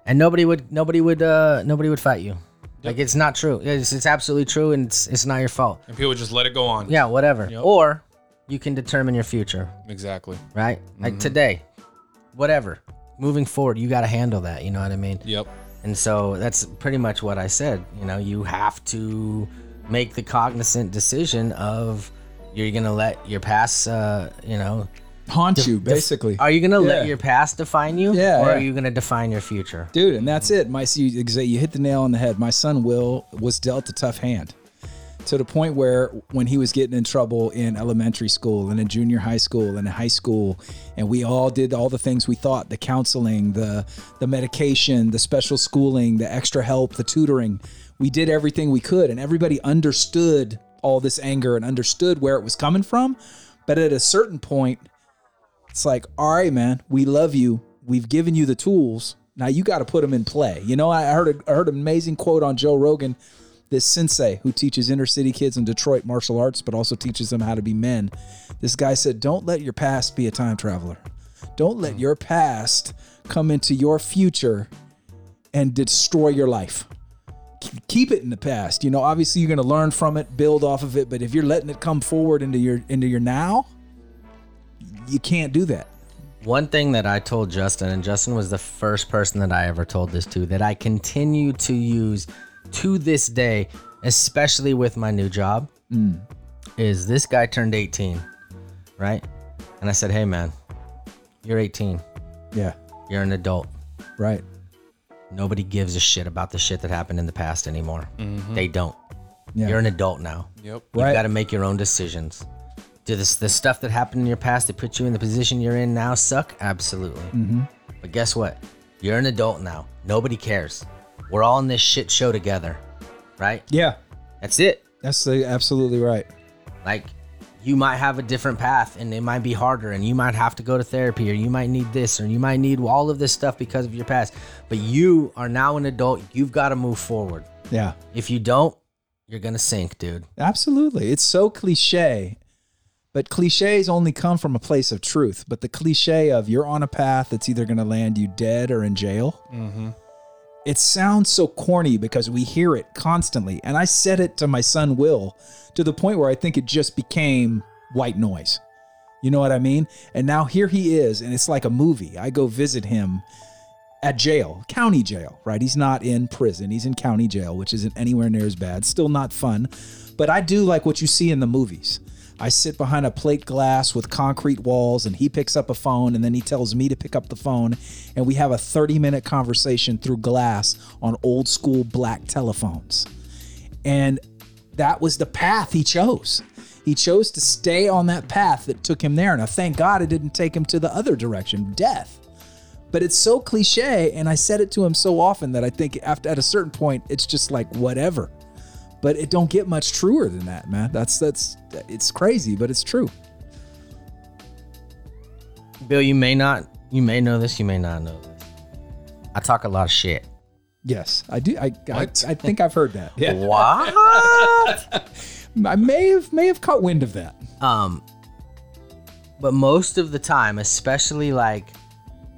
[SPEAKER 1] and nobody would nobody would uh nobody would fight you. Like it's not true. It's it's absolutely true, and it's it's not your fault.
[SPEAKER 4] And people just let it go on.
[SPEAKER 1] Yeah, whatever.
[SPEAKER 4] Yep.
[SPEAKER 1] Or you can determine your future,
[SPEAKER 4] Exactly.
[SPEAKER 1] right?
[SPEAKER 2] Mm-hmm.
[SPEAKER 1] Like today, whatever. Moving forward, you got to handle that. You know what I mean?
[SPEAKER 4] Yep.
[SPEAKER 1] And so that's pretty much what I said. You know, you have to make the cognizant decision of you're going to let your past, uh, you know,
[SPEAKER 2] Haunt you, basically.
[SPEAKER 1] are you going to let
[SPEAKER 2] Yeah.
[SPEAKER 1] your past define you?
[SPEAKER 2] Yeah,
[SPEAKER 1] Or
[SPEAKER 2] yeah.
[SPEAKER 1] are you going to define your future?
[SPEAKER 2] dude and that's it my you, exa- you hit the nail on the head my son will was dealt a tough hand to the point where when he was getting in trouble in elementary school and in junior high school and in high school and we all did all the things we thought the counseling the the medication the special schooling the extra help the tutoring we did everything we could and everybody understood all this anger and understood where it was coming from but at a certain point it's like, all right, man, we love you. We've given you the tools. Now you got to put them in play. You know, I I heard a, I heard an amazing quote on Joe Rogan, this sensei who teaches inner city kids in Detroit martial arts, but also teaches them how to be men. This guy said, "Don't let your past be a time traveler. Don't let your past come into your future and destroy your life." keep it in the past. You know, obviously you're going to learn from it, build off of it, but if you're letting it come forward into your into your now, you can't do that.
[SPEAKER 1] One thing that I told Justin, and Justin was the first person that I ever told this to, that I continue to use to this day, especially with my new job, is this guy turned 18, right? And I said, hey, man, you're 18,
[SPEAKER 2] Yeah.
[SPEAKER 1] you're an adult.
[SPEAKER 2] Right.
[SPEAKER 1] Nobody gives a shit about the shit that happened in the past anymore. They don't.
[SPEAKER 2] Yeah.
[SPEAKER 1] You're an adult now.
[SPEAKER 4] Yep.
[SPEAKER 1] You've
[SPEAKER 2] Right.
[SPEAKER 1] got to make your own decisions. Do this the stuff that happened in your past that put you in the position you're in now suck? Absolutely.
[SPEAKER 2] Mm-hmm.
[SPEAKER 1] But guess what? You're an adult now. Nobody cares. We're all in this shit show together, right?
[SPEAKER 2] Yeah.
[SPEAKER 1] That's it.
[SPEAKER 2] That's uh, absolutely right.
[SPEAKER 1] Like, you might have a different path and it might be harder, and you might have to go to therapy, or you might need this, or you might need all of this stuff because of your past. But you are now an adult. You've got to move forward.
[SPEAKER 2] Yeah.
[SPEAKER 1] If you don't, you're going to sink, dude.
[SPEAKER 2] Absolutely. It's so cliche. But cliches only come from a place of truth. But the cliche of you're on a path that's either going to land you dead or in jail. It sounds so corny because we hear it constantly. And I said it to my son Will to the point where I think it just became white noise. You know what I mean? And now here he is, and it's like a movie. I go visit him at jail, county jail, right? He's not in prison. He's in county jail, which isn't anywhere near as bad. Still not fun, but I do like what you see in the movies. I sit behind a plate glass with concrete walls, and he picks up a phone, and then he tells me to pick up the phone, and we have a 30 minute conversation through glass on old school black telephones. And that was the path he chose. He chose to stay on that path that took him there. Now, thank God it didn't take him to the other direction, death but it's so cliche and i said it to him so often that i think after at a certain point it's just like whatever but it don't get much truer than that man that's that's it's crazy but it's true
[SPEAKER 1] Bill, you may not, you may know this, you may not know this. I talk a lot of shit.
[SPEAKER 2] yes i do i I,
[SPEAKER 4] What?
[SPEAKER 2] I think i've heard that yeah
[SPEAKER 1] What?
[SPEAKER 2] i may have may have caught wind of that
[SPEAKER 1] um, but most of the time, especially like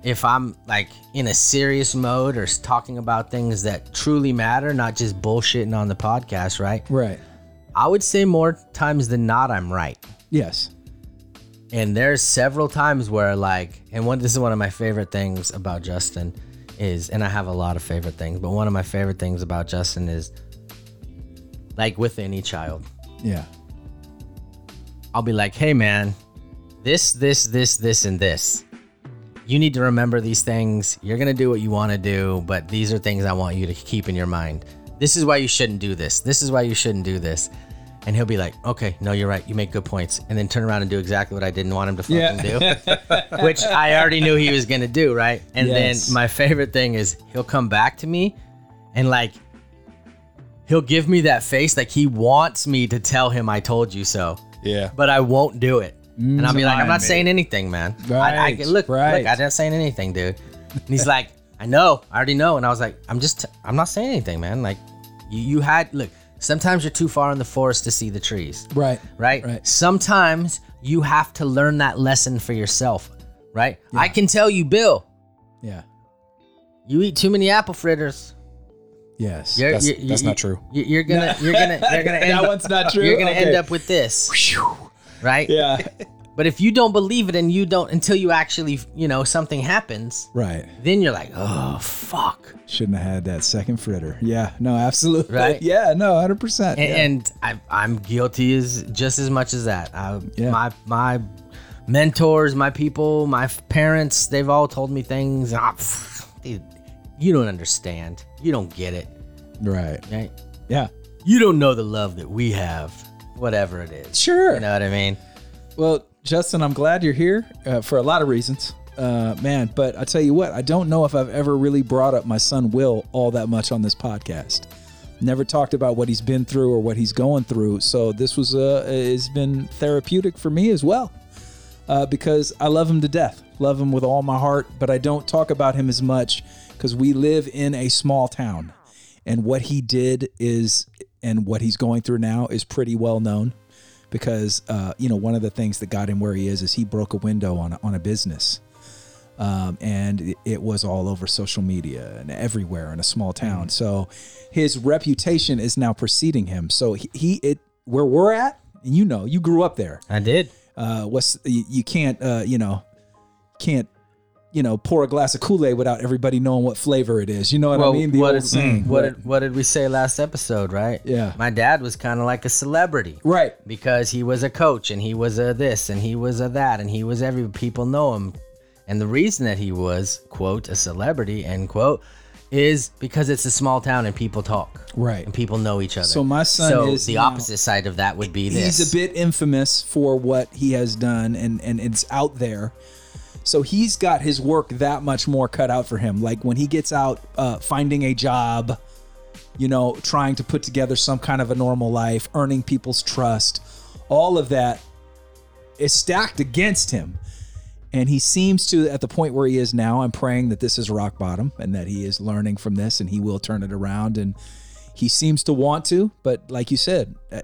[SPEAKER 1] if I'm like in a serious mode or s- talking about things that truly matter, not just bullshitting on the podcast, right?
[SPEAKER 2] right
[SPEAKER 1] I would say more times than not, I'm right.
[SPEAKER 2] yes
[SPEAKER 1] And there's several times where like, and one this is one of my favorite things about Justin is, and I have a lot of favorite things, but one of my favorite things about Justin is like with any child,
[SPEAKER 2] Yeah.
[SPEAKER 1] I'll be like, hey man, this, this, this, this, and this. You need to remember these things. You're gonna do what you wanna do, but these are things I want you to keep in your mind. This is why you shouldn't do this. This is why you shouldn't do this. And he'll be like, okay, no, you're right. You make good points. And then turn around and do exactly what I didn't want him to fucking do, which I already knew he was going to do, right? And
[SPEAKER 2] Yes.
[SPEAKER 1] then my favorite thing is he'll come back to me and like, he'll give me that face like he wants me to tell him I told you so
[SPEAKER 4] Yeah.
[SPEAKER 1] but I won't do it. and I'll be like, I'm not
[SPEAKER 2] right.
[SPEAKER 1] saying anything, man. I, I,
[SPEAKER 2] Right,
[SPEAKER 1] can- look,
[SPEAKER 2] right.
[SPEAKER 1] look, I'm not saying anything, dude. And he's like, I know, I already know. And I was like, I'm just, I'm not saying anything, man. Like, you, you had, look, sometimes you're too far in the forest to see the trees,
[SPEAKER 2] Right.
[SPEAKER 1] right?
[SPEAKER 2] Right.
[SPEAKER 1] Sometimes you have to learn that lesson for yourself, right? I can tell you, Bill,
[SPEAKER 2] Yeah.
[SPEAKER 1] you eat too many apple fritters.
[SPEAKER 2] Yes.
[SPEAKER 1] You're,
[SPEAKER 4] That's-
[SPEAKER 1] you're-
[SPEAKER 4] that's
[SPEAKER 1] you-
[SPEAKER 4] not true.
[SPEAKER 1] you- You're gonna, you're gonna, you're gonna end
[SPEAKER 2] That
[SPEAKER 1] up,
[SPEAKER 2] one's not true?
[SPEAKER 1] You're gonna end
[SPEAKER 2] Okay.
[SPEAKER 1] up with this, right?
[SPEAKER 2] Yeah.
[SPEAKER 1] But if you don't believe it and you don't until you actually, you know, something happens,
[SPEAKER 2] right.
[SPEAKER 1] then you're like, oh fuck.
[SPEAKER 2] Shouldn't have had that second fritter. Yeah. No, absolutely.
[SPEAKER 1] Right?
[SPEAKER 2] Yeah. No, 100%.
[SPEAKER 1] And,
[SPEAKER 2] yeah.
[SPEAKER 1] and I, I'm guilty as just as much as that. I,
[SPEAKER 2] Yeah.
[SPEAKER 1] My my mentors, my people, my f- parents, they've all told me things. Ah, pff, dude, you don't understand. You don't get it.
[SPEAKER 2] right.
[SPEAKER 1] Right?
[SPEAKER 2] Yeah.
[SPEAKER 1] You don't know the love that we have. Whatever it is.
[SPEAKER 2] Sure.
[SPEAKER 1] You know what I mean?
[SPEAKER 2] Well, Justin, I'm glad you're here uh, for a lot of reasons, uh, man. But I tell you what, I don't know if I've ever really brought up my son Will all that much on this podcast. Never talked about what he's been through or what he's going through. So this was uh, has been therapeutic for me as well, uh, because I love him to death, love him with all my heart. But I don't talk about him as much because we live in a small town, and what he did is, and what he's going through now is pretty well known because uh, you know one of the things that got him where he is is he broke a window on a, on a business, um, and it, it was all over social media and everywhere in a small
[SPEAKER 1] Mm-hmm.
[SPEAKER 2] town. So his reputation is now preceding him. So he, he it where we're at, and you know, you grew up there.
[SPEAKER 1] I did.
[SPEAKER 2] Uh, what's you, you can't uh, you know can't you know pour a glass of Kool Aid without everybody knowing what flavor it is. You know what I mean? The
[SPEAKER 1] what,
[SPEAKER 2] old
[SPEAKER 1] did,
[SPEAKER 2] saying,
[SPEAKER 1] what,
[SPEAKER 2] right?
[SPEAKER 1] did, what did we say last episode, right?
[SPEAKER 2] Yeah.
[SPEAKER 1] My dad was kind of like a celebrity.
[SPEAKER 2] right.
[SPEAKER 1] because he was a coach and he was a this and he was a that and he was every people know him and the reason that he was quote a celebrity end quote is because it's a small town and people talk
[SPEAKER 2] Right.
[SPEAKER 1] and people know each other
[SPEAKER 2] So my son
[SPEAKER 1] so
[SPEAKER 2] is
[SPEAKER 1] the
[SPEAKER 2] now-
[SPEAKER 1] opposite side of that would be this
[SPEAKER 2] he's a bit infamous for what he has done and and it's out there so he's got his work that much more cut out for him like when he gets out uh, finding a job you know trying to put together some kind of a normal life earning people's trust all of that is stacked against him and he seems to at the point where he is now i'm praying that this is rock bottom and that he is learning from this and he will turn it around and he seems to want to but like you said uh,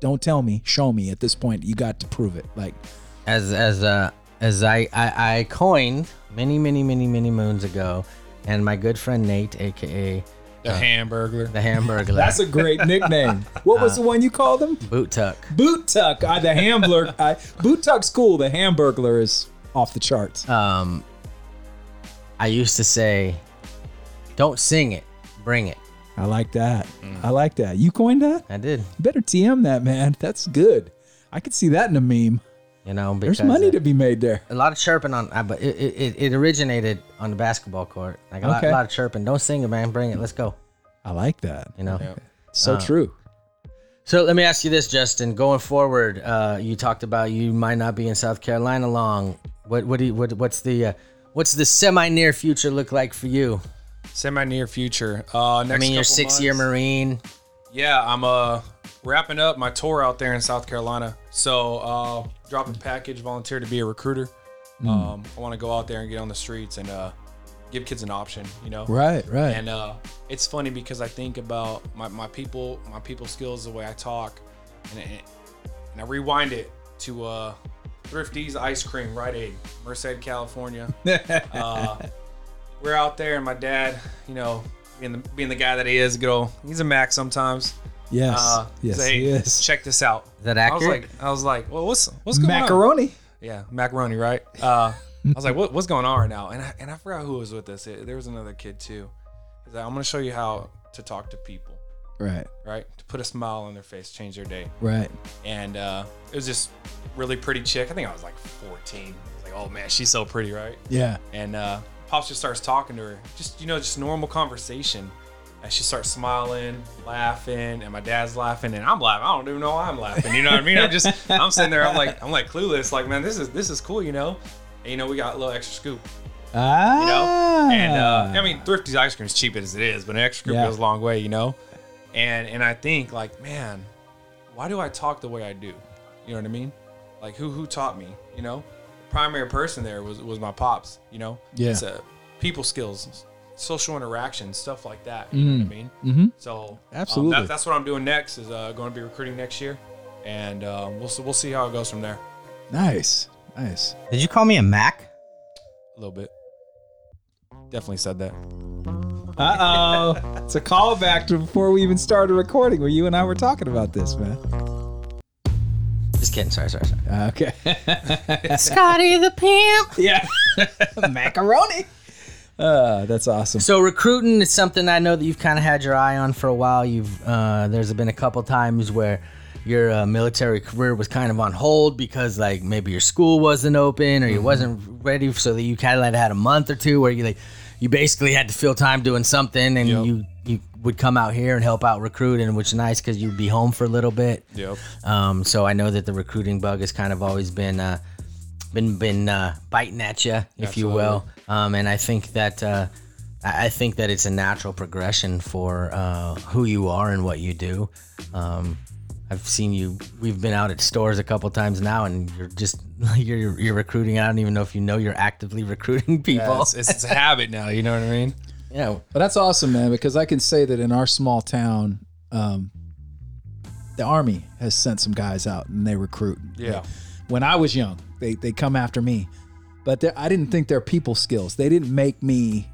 [SPEAKER 2] don't tell me show me at this point you got to prove it like
[SPEAKER 1] as as uh as I, I I coined many many many many moons ago and my good friend Nate aka
[SPEAKER 4] The hamburger.
[SPEAKER 1] the hamburger
[SPEAKER 2] that's a great nickname what was the
[SPEAKER 4] Uh-huh.
[SPEAKER 2] one you called him
[SPEAKER 1] boot tuck
[SPEAKER 2] boot tuck uh, the hamburglar uh, boot tuck's cool the hamburglar is off the charts
[SPEAKER 1] um, I used to say, "Don't sing it, bring it."
[SPEAKER 2] i like that
[SPEAKER 4] Mm.
[SPEAKER 2] i like that you coined that
[SPEAKER 1] I did,
[SPEAKER 2] you better tm that man that's good i could see that in a meme
[SPEAKER 1] you know, because
[SPEAKER 2] there's money to be made there
[SPEAKER 1] a lot of chirping on, I- but it, it, it originated on the basketball court. Like a, lot,
[SPEAKER 2] Okay.
[SPEAKER 1] a lot of chirping. Don't sing it, man. Bring it. Let's go.
[SPEAKER 2] i like that
[SPEAKER 1] You know.
[SPEAKER 2] so
[SPEAKER 4] Uh-huh.
[SPEAKER 2] true
[SPEAKER 1] So let me ask you this, Justin. Going forward, uh, you talked about you might not be in South Carolina long. What what do you, what what's the uh, what's the semi near future look like for you?
[SPEAKER 4] Semi near future. Uh, next
[SPEAKER 1] I mean, you're
[SPEAKER 4] couple
[SPEAKER 1] six year
[SPEAKER 4] months.
[SPEAKER 1] Marine.
[SPEAKER 4] Yeah, I'm uh wrapping up my tour out there in South Carolina. So uh drop a package, volunteer to be a recruiter. Um I wanna go out there and get on the streets and uh give kids an option, you know.
[SPEAKER 2] right right
[SPEAKER 4] And uh it's funny because I think about my, my people my people skills, the way I talk, and it, and I rewind it to uh Thrifty's ice cream, Rite Aid, Merced, California. uh, we're out there, and my dad, you know, being the being the guy that he is, good old, he's a Mac sometimes.
[SPEAKER 2] yes
[SPEAKER 4] Uh,
[SPEAKER 2] yes
[SPEAKER 4] say,
[SPEAKER 2] he is
[SPEAKER 4] check this out.
[SPEAKER 1] Is that
[SPEAKER 4] I was
[SPEAKER 1] accurate?
[SPEAKER 4] like, I was like, well, what's what's going on?
[SPEAKER 2] macaroni
[SPEAKER 4] Yeah, macaroni, right? Uh, I was like, what, what's going on right now? And I, and I forgot who was with us. It- there was another kid too. He's like, I'm gonna show you how to talk to people,
[SPEAKER 2] Right.
[SPEAKER 4] right? To put a smile on their face, change their day.
[SPEAKER 2] Right.
[SPEAKER 4] And uh, it was just really pretty chick. I think I was like 14. I was like, oh man, she's so pretty, right?
[SPEAKER 2] Yeah.
[SPEAKER 4] And uh, pops just starts talking to her, just you know, just normal conversation. And she starts smiling, laughing, and my dad's laughing, and I'm laughing. I don't even know why I'm laughing. You know what I mean? I'm just, I'm sitting there, I'm like, I'm like clueless. Like, man, this is this is cool, you know. And, you know, we got a little extra scoop,
[SPEAKER 2] Ah.
[SPEAKER 4] you know. And uh, I mean, Thrifty's ice cream is cheap as it is, but an extra scoop
[SPEAKER 2] Yeah.
[SPEAKER 4] goes a long way, you know. And and I think like, man, why do I talk the way I do? You know what I mean? Like who who taught me? You know, primary person there was was my pops. You know,
[SPEAKER 2] Yeah.
[SPEAKER 4] It's, uh, people skills, social interaction, stuff like that. You know what I mean?
[SPEAKER 2] Mhm.
[SPEAKER 4] So um,
[SPEAKER 2] Absolutely.
[SPEAKER 4] that, that's what I'm doing next. Is uh, going to be recruiting next year, and uh, we'll s- we'll see how it goes from there.
[SPEAKER 2] nice. Nice.
[SPEAKER 1] Did you call me a Mac?
[SPEAKER 4] A little bit. Definitely said that.
[SPEAKER 2] Uh oh. it's a callback to before we even started recording where you and I were talking about this, man. Uh,
[SPEAKER 1] Just kidding. Sorry, sorry, sorry.
[SPEAKER 2] Okay.
[SPEAKER 1] Scotty the pimp.
[SPEAKER 2] yeah. Macaroni. Uh, that's awesome.
[SPEAKER 1] So recruiting is something I know that you've kind of had your eye on for a while. You've uh, there's been a couple times where your uh, military career was kind of on hold because like maybe your school wasn't open or you wasn't ready, so that you kind of like had a month or two where you like you basically had to fill time doing something, and
[SPEAKER 4] Yep.
[SPEAKER 1] you you would come out here and help out recruiting, which is nice because you'd be home for a little bit.
[SPEAKER 4] Yep.
[SPEAKER 1] Um, so I know that the recruiting bug has kind of always been uh, been been uh, biting at you, if you will. Um, and I think that uh, I I think that it's a natural progression for uh, who you are and what you do. Um, I've seen you. We've been out at stores a couple times now, and you're just you're you're recruiting. I don't even know if you know you're actively recruiting
[SPEAKER 4] Yeah,
[SPEAKER 1] people.
[SPEAKER 4] it's, it's, it's a habit now. You know what I mean?
[SPEAKER 1] you know,
[SPEAKER 2] But that's awesome, man, because I can say that in our small town, um, the army has sent some guys out and they recruit.
[SPEAKER 4] Yeah.
[SPEAKER 2] When I was young, they they come after me, but they're- I didn't think their people skills. They didn't make me.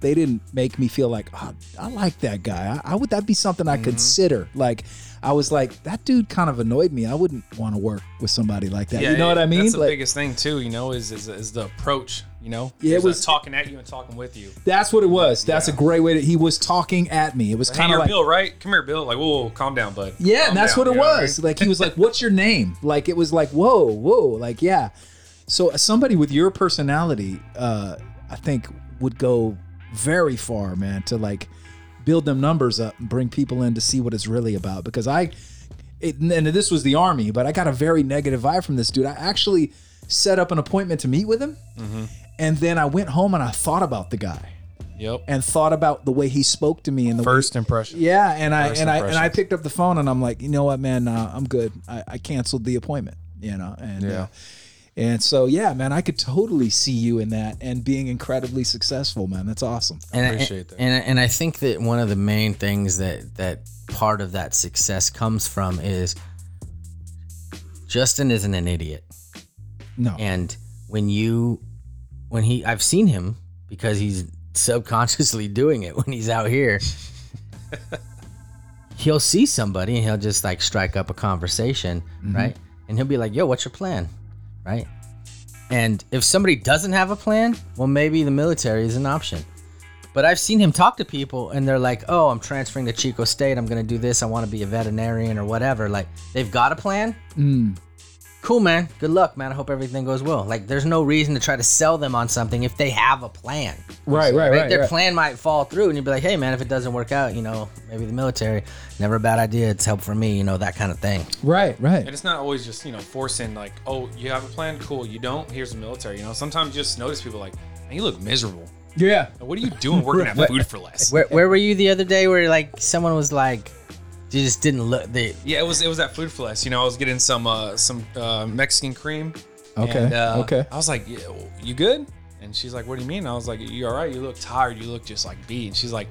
[SPEAKER 2] They didn't make me feel like oh, I like that guy. I, I would that be something
[SPEAKER 4] Mm-hmm.
[SPEAKER 2] I consider. Like I was like that dude kind of annoyed me. I wouldn't want to work with somebody like that. you know what I mean?
[SPEAKER 4] That's the
[SPEAKER 2] Like,
[SPEAKER 4] biggest thing too. You know, is is, is the approach. You know,
[SPEAKER 2] Yeah, it
[SPEAKER 4] There's that
[SPEAKER 2] was-
[SPEAKER 4] talking at you and talking with you.
[SPEAKER 2] that's what it was. That's a great way that he was talking at me. It was
[SPEAKER 4] Hey,
[SPEAKER 2] kind
[SPEAKER 4] you
[SPEAKER 2] of like
[SPEAKER 4] Bill, right? Come here, Bill. Like, whoa, whoa, calm down, bud.
[SPEAKER 2] Yeah,
[SPEAKER 4] Calm
[SPEAKER 2] and that's
[SPEAKER 4] down,
[SPEAKER 2] what it
[SPEAKER 4] you know I
[SPEAKER 2] was.
[SPEAKER 4] mean?
[SPEAKER 2] Like he was like, "What's your name?" Like it was like, "Whoa, whoa!" Like yeah. So uh, somebody with your personality, uh, I think, would go very far, man, to like build them numbers up and bring people in to see what it's really about. Because I, it, and this was the army, but I got a very negative vibe from this dude. I actually set up an appointment to meet with him,
[SPEAKER 4] Mm-hmm.
[SPEAKER 2] and then I went home and I thought about the guy
[SPEAKER 4] Yep.
[SPEAKER 2] and thought about the way he spoke to me and the way
[SPEAKER 4] First impression.
[SPEAKER 2] yeah, and I
[SPEAKER 4] First
[SPEAKER 2] and I and I
[SPEAKER 4] impressions.
[SPEAKER 2] picked up the phone and I'm like, you know what, man, uh, I'm good. I, I canceled the appointment, you know, and yeah.
[SPEAKER 4] Yeah.
[SPEAKER 2] and so yeah, man, I could totally see you in that and being incredibly successful, man. That's awesome.
[SPEAKER 1] and
[SPEAKER 4] appreciate
[SPEAKER 1] I,
[SPEAKER 4] that.
[SPEAKER 1] And, and I think that one of the main things that that part of that success comes from is Justin isn't an idiot,
[SPEAKER 2] No,
[SPEAKER 1] and when you when he I've seen him because he's subconsciously doing it when he's out here. he'll see somebody and he'll just like strike up a conversation, right? And he'll be like, "Yo, what's your plan?" Right? And if somebody doesn't have a plan, well, maybe the military is an option. But I've seen him talk to people and they're like, oh, I'm transferring to Chico State. I'm going to do this. I want to be a veterinarian or whatever. Like, they've got a plan. Cool, man. Good luck, man. I hope everything goes well. Like, there's no reason to try to sell them on something if they have a plan.
[SPEAKER 2] right, right,
[SPEAKER 1] Like, their plan might fall through and you'd be like, hey, man, if it doesn't work out, you know, maybe the military, never a bad idea. It's help for me, you know, that kind of thing.
[SPEAKER 2] right,
[SPEAKER 4] And
[SPEAKER 2] right.
[SPEAKER 4] it's not always just you know forcing like, oh, you have a plan, cool. You don't. Here's the military. You know, sometimes you just notice people like, man, you look miserable.
[SPEAKER 2] Yeah,
[SPEAKER 4] Like, What are you doing working at food for less?
[SPEAKER 1] Where, where were you the other day where, like, someone was like, you just didn't look, they,
[SPEAKER 4] Yeah, it was it was at Food for Less. You know, I was getting some uh, some uh, Mexican cream.
[SPEAKER 2] Okay,
[SPEAKER 4] And, uh,
[SPEAKER 2] okay.
[SPEAKER 4] I was like, "Yeah, "You good?" And she's like, "What do you mean?" I was like, "You all right? You look tired. You look just like beat." And she's like,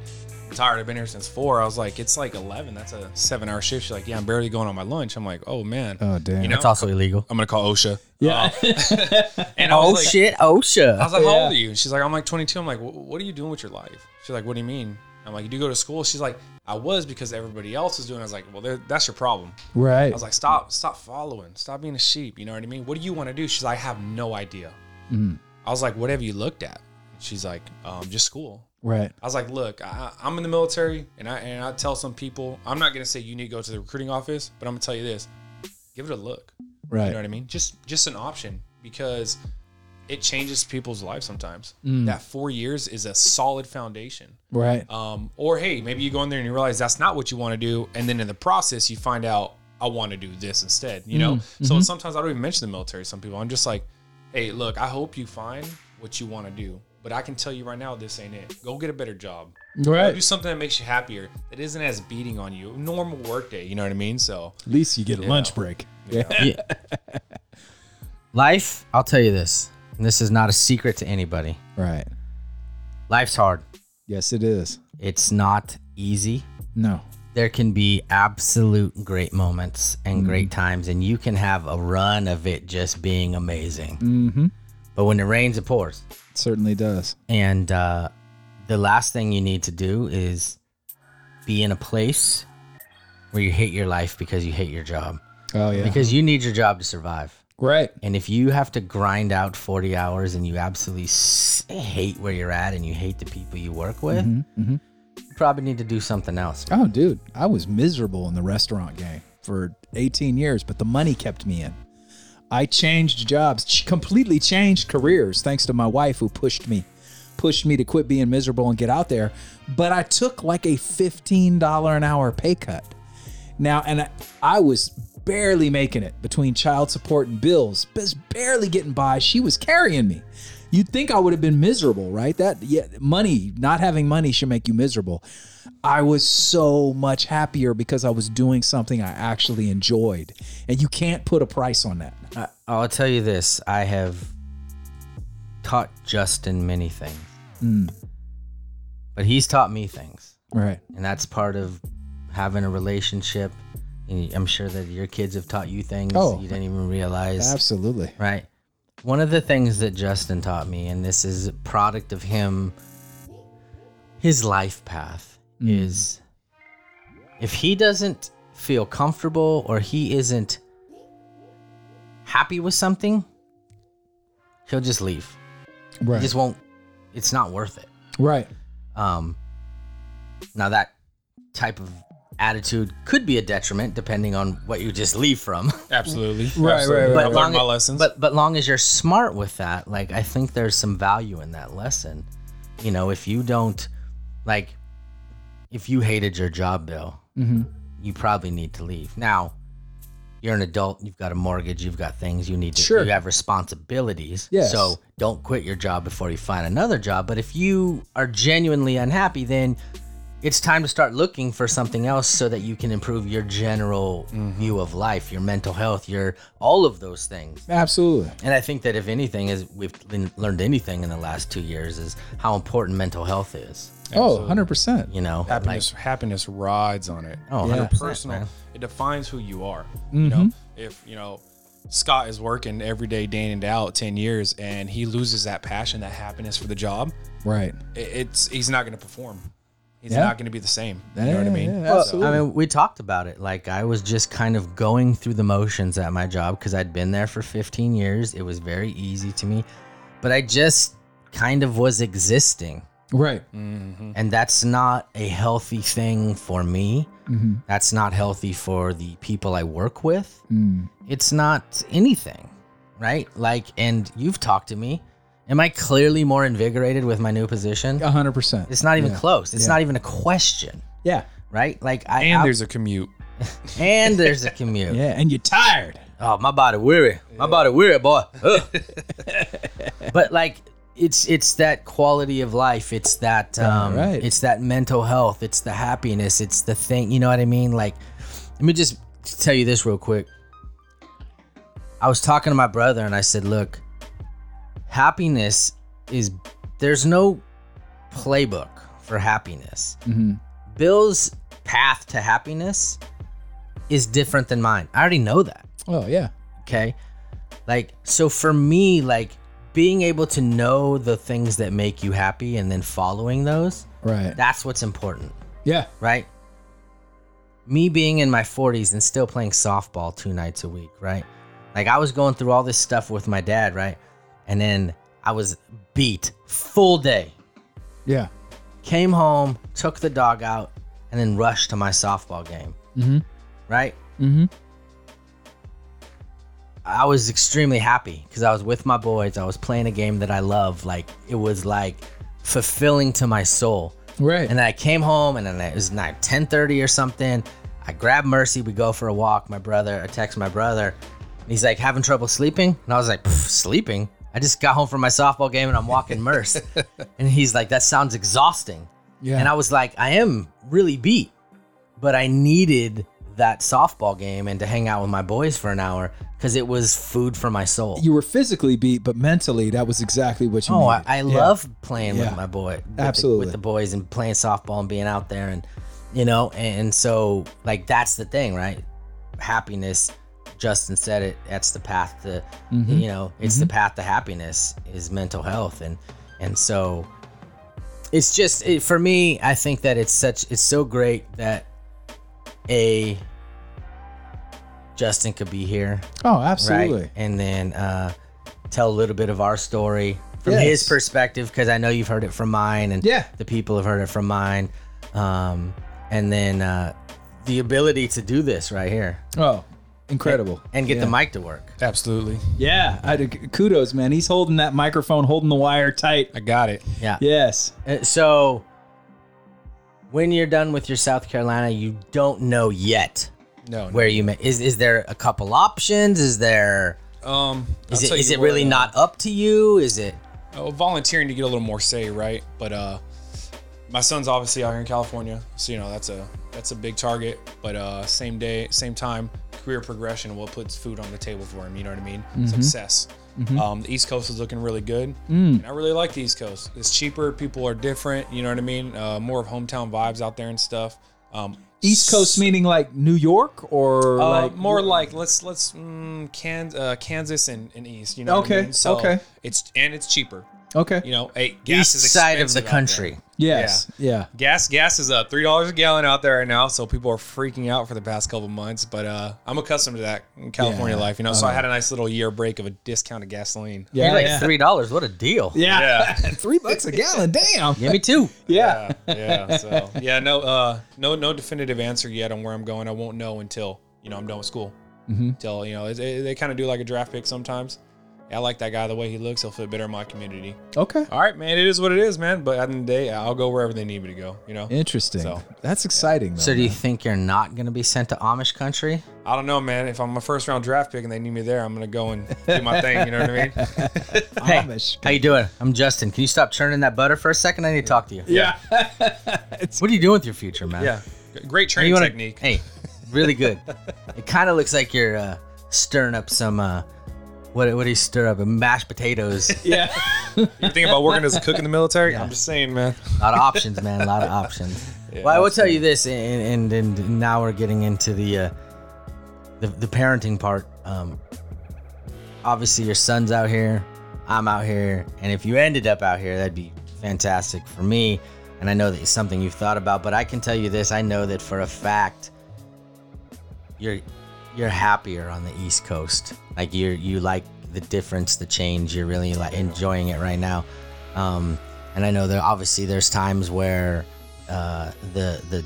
[SPEAKER 4] "I'm tired. I've been here since four. I was like, "It's like eleven. That's a seven-hour shift." She's like, "Yeah, I'm barely going on my lunch." I'm like, "Oh man."
[SPEAKER 2] Oh, damn.
[SPEAKER 4] You know,
[SPEAKER 1] it's also illegal.
[SPEAKER 4] I'm gonna call OSHA.
[SPEAKER 2] yeah.
[SPEAKER 4] And I was
[SPEAKER 1] Oh
[SPEAKER 4] like,
[SPEAKER 1] shit! Oh shit!
[SPEAKER 4] I was like, "How
[SPEAKER 2] Yeah.
[SPEAKER 4] old are you?" And she's like, "I'm like 22." I'm like, "Wh- "What are you doing with your life?" She's like, "What do you mean?" I'm like, "You do go to school?" She's like, "I was because everybody else was doing." it." I was like, "Well, there- that's your problem."
[SPEAKER 2] Right.
[SPEAKER 4] I was like, stop, stop following, stop being a sheep. You know what I mean? What do you want to do? She's like, I have no idea. I was like, whatever you looked at. She's like, um, just school.
[SPEAKER 2] right.
[SPEAKER 4] I was like, look, I, I'm in the military, and I and I tell some people, I'm not gonna say you need to go to the recruiting office, but I'm gonna tell you this: give it a look.
[SPEAKER 2] Right.
[SPEAKER 4] You know what I mean? Just just an option because it changes people's lives sometimes. That four years is a solid foundation.
[SPEAKER 2] Right.
[SPEAKER 4] Um, or hey, maybe you go in there and you realize that's not what you want to do, and then in the process you find out I want to do this instead. You
[SPEAKER 2] Mm,
[SPEAKER 4] know.
[SPEAKER 2] mm-hmm.
[SPEAKER 4] So sometimes I don't even mention the military. to Some people I'm just like, hey, look, I hope you find what you want to do, but I can tell you right now this ain't it. Go get a better job. Go do
[SPEAKER 2] right.
[SPEAKER 4] something that makes you happier. That isn't as beating on you. Normal workday. You know what I mean? So
[SPEAKER 2] At least you get a lunch break. Yeah.
[SPEAKER 1] Yeah. Life, I'll tell you this, and this is not a secret to anybody.
[SPEAKER 2] Right.
[SPEAKER 1] Life's hard.
[SPEAKER 2] Yes, it is.
[SPEAKER 1] It's not easy.
[SPEAKER 2] No.
[SPEAKER 1] There can be absolute great moments and great times, and you can have a run of it just being amazing.
[SPEAKER 2] Mm-hmm.
[SPEAKER 1] But when it rains, it pours.
[SPEAKER 2] It certainly does.
[SPEAKER 1] And uh, the last thing you need to do is be in a place where you hate your life because you hate your job.
[SPEAKER 2] Oh yeah.
[SPEAKER 1] Because you need your job to survive.
[SPEAKER 2] right.
[SPEAKER 1] And if you have to grind out 40 hours and you absolutely s- hate where you're at and you hate the people you work with,
[SPEAKER 2] mhm.
[SPEAKER 1] you probably need to do something else.
[SPEAKER 2] Oh, dude, I was miserable in the restaurant game for 18 years, but the money kept me in. I changed jobs, ch- completely changed careers, thanks to my wife who pushed me, pushed me to quit being miserable and get out there. But I took like a $15 an hour pay cut. Now, and I, I was barely making it between child support and bills, just barely getting by. She was carrying me. You'd think I would have been miserable, right? That yeah, money, not having money should make you miserable. I was so much happier because I was doing something I actually enjoyed. And you can't put a price on that.
[SPEAKER 1] I, I'll tell you this I have taught Justin many things, but he's taught me things.
[SPEAKER 2] Right.
[SPEAKER 1] And that's part of having a relationship. And I'm sure that your kids have taught you things
[SPEAKER 2] Oh.
[SPEAKER 1] you didn't even realize.
[SPEAKER 2] Absolutely.
[SPEAKER 1] Right. One of the things that Justin taught me, and this is a product of him, his life path is if he doesn't feel comfortable or he isn't happy with something, he'll just leave.
[SPEAKER 2] Right.
[SPEAKER 1] He just won't, it's not worth it.
[SPEAKER 2] right.
[SPEAKER 1] Um, now that type of attitude could be a detriment depending on what you just leave from.
[SPEAKER 4] absolutely,
[SPEAKER 2] right,
[SPEAKER 4] absolutely.
[SPEAKER 2] right.
[SPEAKER 4] I've learned my
[SPEAKER 1] as-
[SPEAKER 4] lessons.
[SPEAKER 1] But but long as you're smart with that, like I think there's some value in that lesson. You know, if you don't like if you hated your job bill,
[SPEAKER 2] Mm-hmm.
[SPEAKER 1] you probably need to leave. Now, you're an adult, you've got a mortgage, you've got things you need to
[SPEAKER 2] Sure.
[SPEAKER 1] you have responsibilities.
[SPEAKER 2] Yes.
[SPEAKER 1] So don't quit your job before you find another job. But if you are genuinely unhappy, then it's time to start looking for something else so that you can improve your general
[SPEAKER 2] Mm-hmm.
[SPEAKER 1] view of life, your mental health, your all of those things.
[SPEAKER 2] Absolutely.
[SPEAKER 1] And I think that if anything is we've le- learned anything in the last 2 years is how important mental health is,
[SPEAKER 2] Oh, 100%.
[SPEAKER 1] you know?
[SPEAKER 4] happiness happiness rides on it.
[SPEAKER 1] Oh,
[SPEAKER 4] Your
[SPEAKER 1] 100%,
[SPEAKER 4] personal
[SPEAKER 1] man.
[SPEAKER 4] it defines who you are. You know,
[SPEAKER 1] Mm-hmm.
[SPEAKER 4] if you know Scott is working every day, day in and day out, ten years, and he loses that passion, that happiness for the job,
[SPEAKER 2] Right.
[SPEAKER 4] it, it's he's not going to perform. He's
[SPEAKER 2] Yeah.
[SPEAKER 4] not going to be the same. You know what I
[SPEAKER 2] Yeah,
[SPEAKER 4] mean?
[SPEAKER 2] yeah,
[SPEAKER 4] So,
[SPEAKER 2] absolutely.
[SPEAKER 1] I mean, we talked about it. Like, I was just kind of going through the motions at my job because I'd been there for 15 years. It was very easy to me, but I just kind of was existing.
[SPEAKER 2] Right.
[SPEAKER 1] And that's not a healthy thing for me. That's not healthy for the people I work with. It's not anything, right? Like, and you've talked to me. Am I clearly more invigorated with my new position?
[SPEAKER 2] 100%.
[SPEAKER 1] It's not even
[SPEAKER 2] Yeah.
[SPEAKER 1] close. It's
[SPEAKER 2] Yeah.
[SPEAKER 1] not even a question,
[SPEAKER 2] Yeah.
[SPEAKER 1] right? Like, I
[SPEAKER 4] and
[SPEAKER 1] ab-
[SPEAKER 4] there's a commute.
[SPEAKER 1] and there's a commute.
[SPEAKER 2] Yeah. And you're tired.
[SPEAKER 1] Oh, my body weary. My body weary, boy. Ugh. but like it's it's that quality of life. It's that um
[SPEAKER 2] Alright.
[SPEAKER 1] it's that mental health. It's the happiness. It's the thing, you know what I mean? Like let me just tell you this real quick. I was talking to my brother and I said, "Look, happiness is there's no playbook for happiness. Bill's path to happiness is different than mine. I already know that."
[SPEAKER 2] Oh, yeah.
[SPEAKER 1] okay like so for me like being able to know the things that make you happy and then following those,
[SPEAKER 2] Right.
[SPEAKER 1] that's what's important,
[SPEAKER 2] Yeah.
[SPEAKER 1] right? Me being in my 40s and still playing softball two nights a week, right? Like I was going through all this stuff with my dad, right? And then I was beat full day.
[SPEAKER 2] Yeah.
[SPEAKER 1] Came home, took the dog out, and then rushed to my softball game,
[SPEAKER 2] Mhm.
[SPEAKER 1] right?
[SPEAKER 2] Mm-hmm.
[SPEAKER 1] I was extremely happy because I was with my boys. I was playing a game that I love. Like it was like fulfilling to my soul.
[SPEAKER 2] Right.
[SPEAKER 1] And then I came home, and then it was like 10:30 or something. I grab Mercy. We go for a walk. My brother. I text my brother. and He's like having trouble sleeping, and I was like, "Pff, sleeping. I just got home from my softball game, and I'm walking Merce, and he's like, that sounds exhausting.
[SPEAKER 2] yeah.
[SPEAKER 1] And I was like, I am really beat, but I needed that softball game and to hang out with my boys for an hour because it was food for my soul.
[SPEAKER 2] you were physically beat, but mentally, that was exactly what you.
[SPEAKER 1] oh, I,
[SPEAKER 2] needed.
[SPEAKER 1] I
[SPEAKER 2] Yeah.
[SPEAKER 1] love playing
[SPEAKER 2] Yeah.
[SPEAKER 1] with my boy, with the-
[SPEAKER 2] Absolutely.
[SPEAKER 1] with the boys and playing softball and being out there and you know. And, and so, like, that's the thing, right? Happiness. Justin said it. That's the path to,
[SPEAKER 2] Mhm.
[SPEAKER 1] you know, it's the path to happiness is mental health, and and so it's just it, for me i think that it's such it's so great that a justin could be here
[SPEAKER 2] Oh, absolutely.
[SPEAKER 1] right and then uh tell a little bit of our story from
[SPEAKER 2] Yes.
[SPEAKER 1] his perspective because i know you've heard it from mine and
[SPEAKER 2] Yeah.
[SPEAKER 1] the people have heard it from mine um and then uh the ability to do this right here
[SPEAKER 2] Oh, incredible.
[SPEAKER 1] and get
[SPEAKER 2] yeah.
[SPEAKER 1] the mic to work
[SPEAKER 4] Absolutely.
[SPEAKER 2] Yeah. I did, kudos, man. He's holding that microphone, holding the wire tight.
[SPEAKER 4] I got it.
[SPEAKER 1] yeah
[SPEAKER 2] Yes.
[SPEAKER 1] Uh, so when you're done with your south carolina you don't know yet
[SPEAKER 4] No. no.
[SPEAKER 1] where you may is is there a couple options is there
[SPEAKER 4] Um, I'll
[SPEAKER 1] is
[SPEAKER 4] tell
[SPEAKER 1] it is
[SPEAKER 4] you
[SPEAKER 1] it
[SPEAKER 4] what,
[SPEAKER 1] really
[SPEAKER 4] uh,
[SPEAKER 1] not up to you is it
[SPEAKER 4] uh, volunteering to get a little more say, right? But uh, my son's obviously out here in California, so you know that's a that's a big target. But uh, same day, same time, career progression, what puts food on the table for him? You know what I mean?
[SPEAKER 2] Mm-hmm.
[SPEAKER 4] Success. Um, the East Coast is looking really good,
[SPEAKER 2] Mm.
[SPEAKER 4] and I really like the East Coast. It's cheaper, people are different. You know what I mean? Uh, more of hometown vibes out there and stuff. Um,
[SPEAKER 2] East Coast meaning like New York or
[SPEAKER 4] uh,
[SPEAKER 2] like
[SPEAKER 4] more like let's let's mm, Kan- uh, Kansas and, and East. You know. what I
[SPEAKER 2] Okay,
[SPEAKER 4] mean? So
[SPEAKER 2] okay.
[SPEAKER 4] It's and it's cheaper.
[SPEAKER 2] okay.
[SPEAKER 4] You know, hey, gas
[SPEAKER 1] east
[SPEAKER 4] is
[SPEAKER 1] side of the
[SPEAKER 4] expensive out there.
[SPEAKER 1] country
[SPEAKER 2] yes. Yeah.
[SPEAKER 4] Gas, gas is up three dollars a gallon out there right now, so people are freaking out for the past couple months. But uh, I'm accustomed to that in California
[SPEAKER 2] Yeah.
[SPEAKER 4] life, you know. So I had a nice little year break of a discounted gasoline.
[SPEAKER 2] Yeah.
[SPEAKER 1] You're like
[SPEAKER 2] yeah.
[SPEAKER 1] three dollars what a deal
[SPEAKER 2] Yeah.
[SPEAKER 4] Yeah.
[SPEAKER 2] Three bucks a gallon. Damn.
[SPEAKER 1] give me two
[SPEAKER 2] Yeah.
[SPEAKER 4] yeah, yeah. So yeah, no, uh, no, no definitive answer yet on where I'm going. I won't know until you know I'm done with school.
[SPEAKER 1] Mm-hmm.
[SPEAKER 4] Until you know it, it- they kind of do like a draft pick sometimes. I like that guy the way he looks. He'll fit better in my community.
[SPEAKER 2] Okay.
[SPEAKER 4] All right, man. It is what it is, man. But at the end of the day, I'll go wherever they need me to go. You know.
[SPEAKER 2] Interesting.
[SPEAKER 4] So-
[SPEAKER 2] That's exciting. Though,
[SPEAKER 1] so do you
[SPEAKER 2] man.
[SPEAKER 1] think you're not going to be sent to amish country
[SPEAKER 4] I don't know, man. If I'm a first round draft pick and they need me there, I'm gonna go and do my thing. You know what I mean?
[SPEAKER 1] hey
[SPEAKER 2] Amish
[SPEAKER 1] how you doing i'm justin can you stop churning that butter for a second i need to talk to you
[SPEAKER 2] Yeah.
[SPEAKER 1] what are you doing with your future man
[SPEAKER 4] Yeah. G- Great
[SPEAKER 1] Hey,
[SPEAKER 4] training
[SPEAKER 1] you wanna-
[SPEAKER 4] technique.
[SPEAKER 1] Hey, really good. it kind of looks like you're uh, stirring up some. Uh, what what do you stir up? Mashed potatoes.
[SPEAKER 2] yeah.
[SPEAKER 4] You think about working as a cook in the military? I'm just saying, man.
[SPEAKER 1] a lot of options, man. A lot of options. well, I will tell you this, and, and and now we're getting into the uh, the, the parenting part. Um, obviously, your son's out here. I'm out here, and if you ended up out here, that'd be fantastic for me. And I know that it's something you've thought about, but I can tell you this: I know that for a fact, you're you're happier on the East Coast. Like you are you like the difference, the change. You're really like enjoying it right now. Um, and I know that obviously there's times where uh, the, the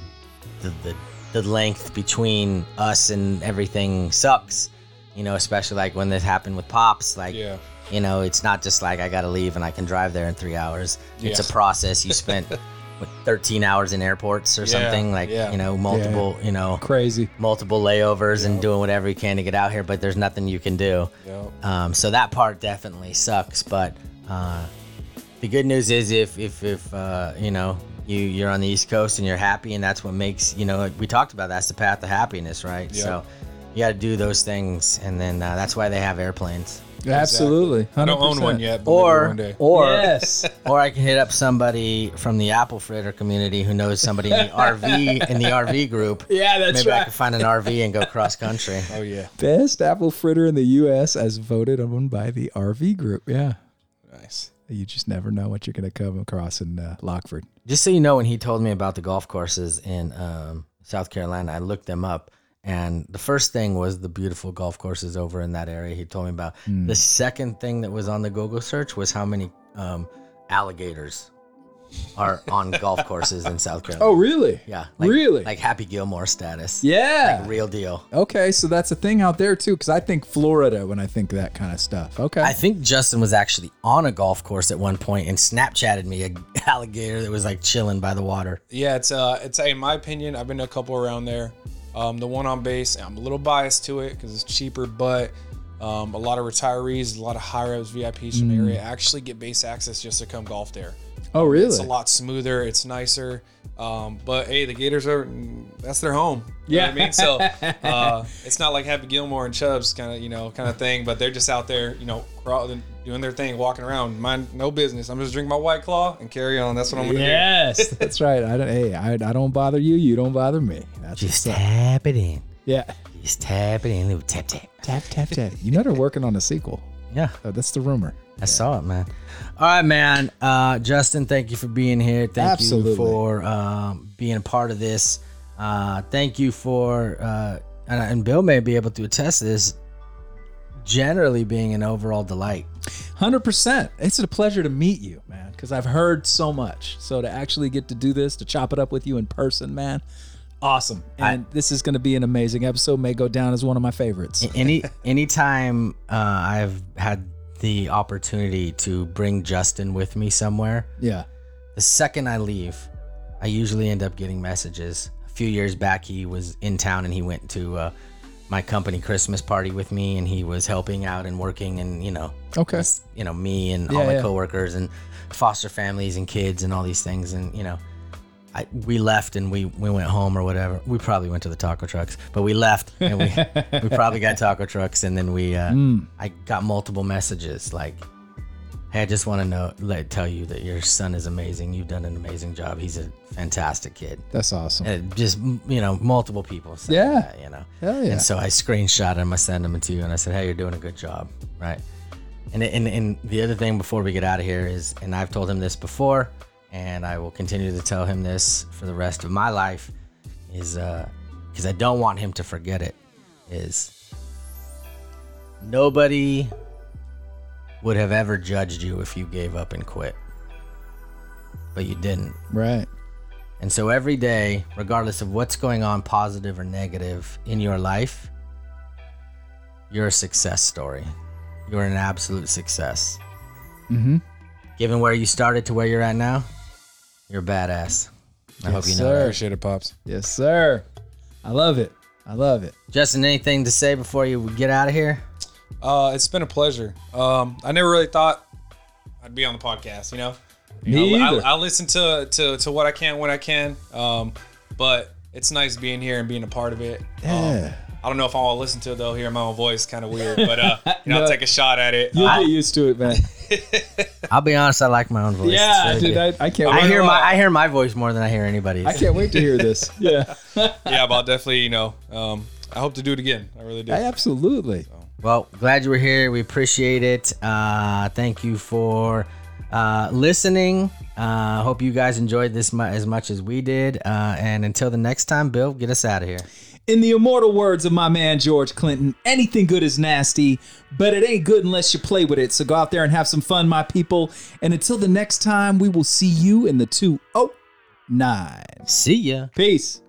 [SPEAKER 1] the the the length between us and everything sucks. You know, especially like when this happened with pops. Like,
[SPEAKER 4] Yeah.
[SPEAKER 1] you know, it's not just like I gotta leave and I can drive there in three hours. It's
[SPEAKER 4] Yeah.
[SPEAKER 1] a process. You spent what, 13 hours in airports or
[SPEAKER 4] Yeah,
[SPEAKER 1] something like
[SPEAKER 4] yeah.
[SPEAKER 1] you know multiple you know
[SPEAKER 2] Crazy.
[SPEAKER 1] multiple layovers and doing whatever you can to get out here, but there's nothing you can do.
[SPEAKER 4] Yep.
[SPEAKER 1] Um, so that part definitely sucks. But uh, the good news is if if if uh, you know you you're on the East Coast and you're happy, and that's what makes you know like we talked about that's the path to happiness, right?
[SPEAKER 4] Yeah.
[SPEAKER 1] So you got to do those things, and then uh, that's why they have airplanes.
[SPEAKER 2] Absolutely. 100%.
[SPEAKER 4] I don't own one yet, but
[SPEAKER 1] Or
[SPEAKER 4] maybe one day.
[SPEAKER 1] or
[SPEAKER 2] yes.
[SPEAKER 1] or I can hit up somebody from the apple fritter community who knows somebody in the RV in the RV group.
[SPEAKER 2] Yeah, that's
[SPEAKER 1] Maybe I
[SPEAKER 2] right.
[SPEAKER 1] can find an RV and go cross country.
[SPEAKER 4] Oh yeah.
[SPEAKER 2] Best apple fritter in the U.S. as voted on by the RV Group. Yeah.
[SPEAKER 4] nice.
[SPEAKER 2] You just never know what you're going to come across in uh, Lockford.
[SPEAKER 1] Just so you know, when he told me about the golf courses in um, South Carolina, I looked them up, and the first thing was the beautiful golf courses over in that area. He told me about. The second thing that was on the Google search was how many um, alligators are on golf courses in South Carolina.
[SPEAKER 2] Oh, really?
[SPEAKER 1] yeah, like,
[SPEAKER 2] really?
[SPEAKER 1] like Happy Gilmore status.
[SPEAKER 2] yeah.
[SPEAKER 1] real deal.
[SPEAKER 2] okay, so that's a thing out there too, because I think Florida when I think that kind of stuff. Okay.
[SPEAKER 1] I think Justin was actually on a golf course at one point and Snapchatted me a alligator that was like chilling by the water.
[SPEAKER 4] Yeah, it's uh, it's in my opinion, I've been to a couple around there. Um, the one on base, I'm a little biased to it because it's cheaper, but um, a lot of retirees, a lot of higher ups, VIPs from the
[SPEAKER 1] Mm.
[SPEAKER 4] area actually get base access just to come golf there.
[SPEAKER 2] oh, really?
[SPEAKER 4] It's a lot smoother, it's nicer. Um, but hey, the Gators are that's their home. You know what I mean, so uh, it's not like Happy Gilmore and Chubbs kind of you know kind of thing, but they're just out there, you know, crawling, doing their thing, walking around, mind no business. I'm just drinking my White Claw and carry on. That's what I'm gonna do.
[SPEAKER 2] Yes, that's right. I don't, hey, I, I don't bother you. You don't bother me. That's
[SPEAKER 1] Just
[SPEAKER 2] what's up.
[SPEAKER 1] tap it in.
[SPEAKER 2] Yeah.
[SPEAKER 1] Just tap it in. Little tap tap.
[SPEAKER 2] Tap tap tap. You know they're working on a sequel.
[SPEAKER 1] Yeah,
[SPEAKER 2] Oh, that's the rumor.
[SPEAKER 1] I saw it, man. All right, man. Uh, Justin, thank you for being here. Thank
[SPEAKER 2] Absolutely.
[SPEAKER 1] you for um, being a part of this. Uh, thank you for, uh, and, and Bill may be able to attest to this, generally being an overall delight.
[SPEAKER 2] Hundred percent. It's a pleasure to meet you, man. Because I've heard so much. So to actually get to do this, to chop it up with you in person, man, awesome. And this is going to be an amazing episode. May go down as one of my favorites.
[SPEAKER 1] any anytime uh, I've had the opportunity to bring Justin with me somewhere,
[SPEAKER 2] Yeah.
[SPEAKER 1] the second I leave, I usually end up getting messages. A few years back, he was in town and he went to uh, my company Christmas party with me, and he was helping out and working, and you know,
[SPEAKER 2] Okay.
[SPEAKER 1] it's, you know me and
[SPEAKER 2] Yeah,
[SPEAKER 1] all my
[SPEAKER 2] yeah.
[SPEAKER 1] coworkers and foster families and kids and all these things and you know I, we left and we, we went home or whatever. We probably went to the taco trucks, but we left and we, we probably got taco trucks and then we uh,
[SPEAKER 2] Mm.
[SPEAKER 1] I got multiple messages like, "Hey, I just want to know, let tell you that your son is amazing. You've done an amazing job. He's a fantastic kid."
[SPEAKER 2] That's awesome.
[SPEAKER 1] And Uh, just m- you know, multiple people. said
[SPEAKER 2] Yeah.
[SPEAKER 1] that, you know.
[SPEAKER 2] Hell yeah.
[SPEAKER 1] And so I screenshot him, I send him to you, and I said, "Hey, you're doing a good job, right?" And and and the other thing before we get out of here is, and I've told him this before, and I will continue to tell him this for the rest of my life, is because I don't want him to forget it, is nobody would have ever judged you if you gave up and quit, but you didn't.
[SPEAKER 2] Right.
[SPEAKER 1] And so every day, regardless of what's going on, positive or negative in your life, you're a success story. You're an absolute success.
[SPEAKER 2] Mm-hmm.
[SPEAKER 1] Given where you started to where you're at now, you're a badass. I hope you know
[SPEAKER 2] sir.
[SPEAKER 1] that.
[SPEAKER 4] Appreciate it, pops.
[SPEAKER 2] Yes, sir. I love it. I love it.
[SPEAKER 1] Justin, anything to say before you get out of here?
[SPEAKER 4] Uh, it's been a pleasure. Um, I never really thought I'd be on the podcast, you know.
[SPEAKER 2] Me
[SPEAKER 4] I,
[SPEAKER 2] either.
[SPEAKER 4] I, um, I listen to, to to what I can when I can, um, but it's nice being here and being a part of it.
[SPEAKER 2] Yeah.
[SPEAKER 4] Um, I don't know if I want to listen to it though. Hearing my own voice kind of weird, but uh, you know,
[SPEAKER 2] No.
[SPEAKER 4] I'll take a shot at it.
[SPEAKER 2] You'll
[SPEAKER 4] Uh,
[SPEAKER 2] get used to it, man.
[SPEAKER 1] I'll be honest, I like my own voice. It's really
[SPEAKER 2] dude.
[SPEAKER 1] good.
[SPEAKER 2] I, I can't.
[SPEAKER 1] I
[SPEAKER 2] Wait.
[SPEAKER 1] hear my I hear my voice more than I hear anybody's.
[SPEAKER 2] I can't wait to hear this. Yeah.
[SPEAKER 4] yeah, but I'll definitely, you know, um, I hope to do it again. I really do.
[SPEAKER 2] Absolutely.
[SPEAKER 1] Well, glad you were here. We appreciate it. Uh, thank you for uh, listening. Uh, hope you guys enjoyed this mu- as much as we did. Uh, and until the next time, Bill, get us out of here.
[SPEAKER 2] In the immortal words of my man George Clinton, anything good is nasty, but it ain't good unless you play with it. So go out there and have some fun, my people. And until the next time, we will see you in the 209.
[SPEAKER 1] See ya.
[SPEAKER 2] Peace.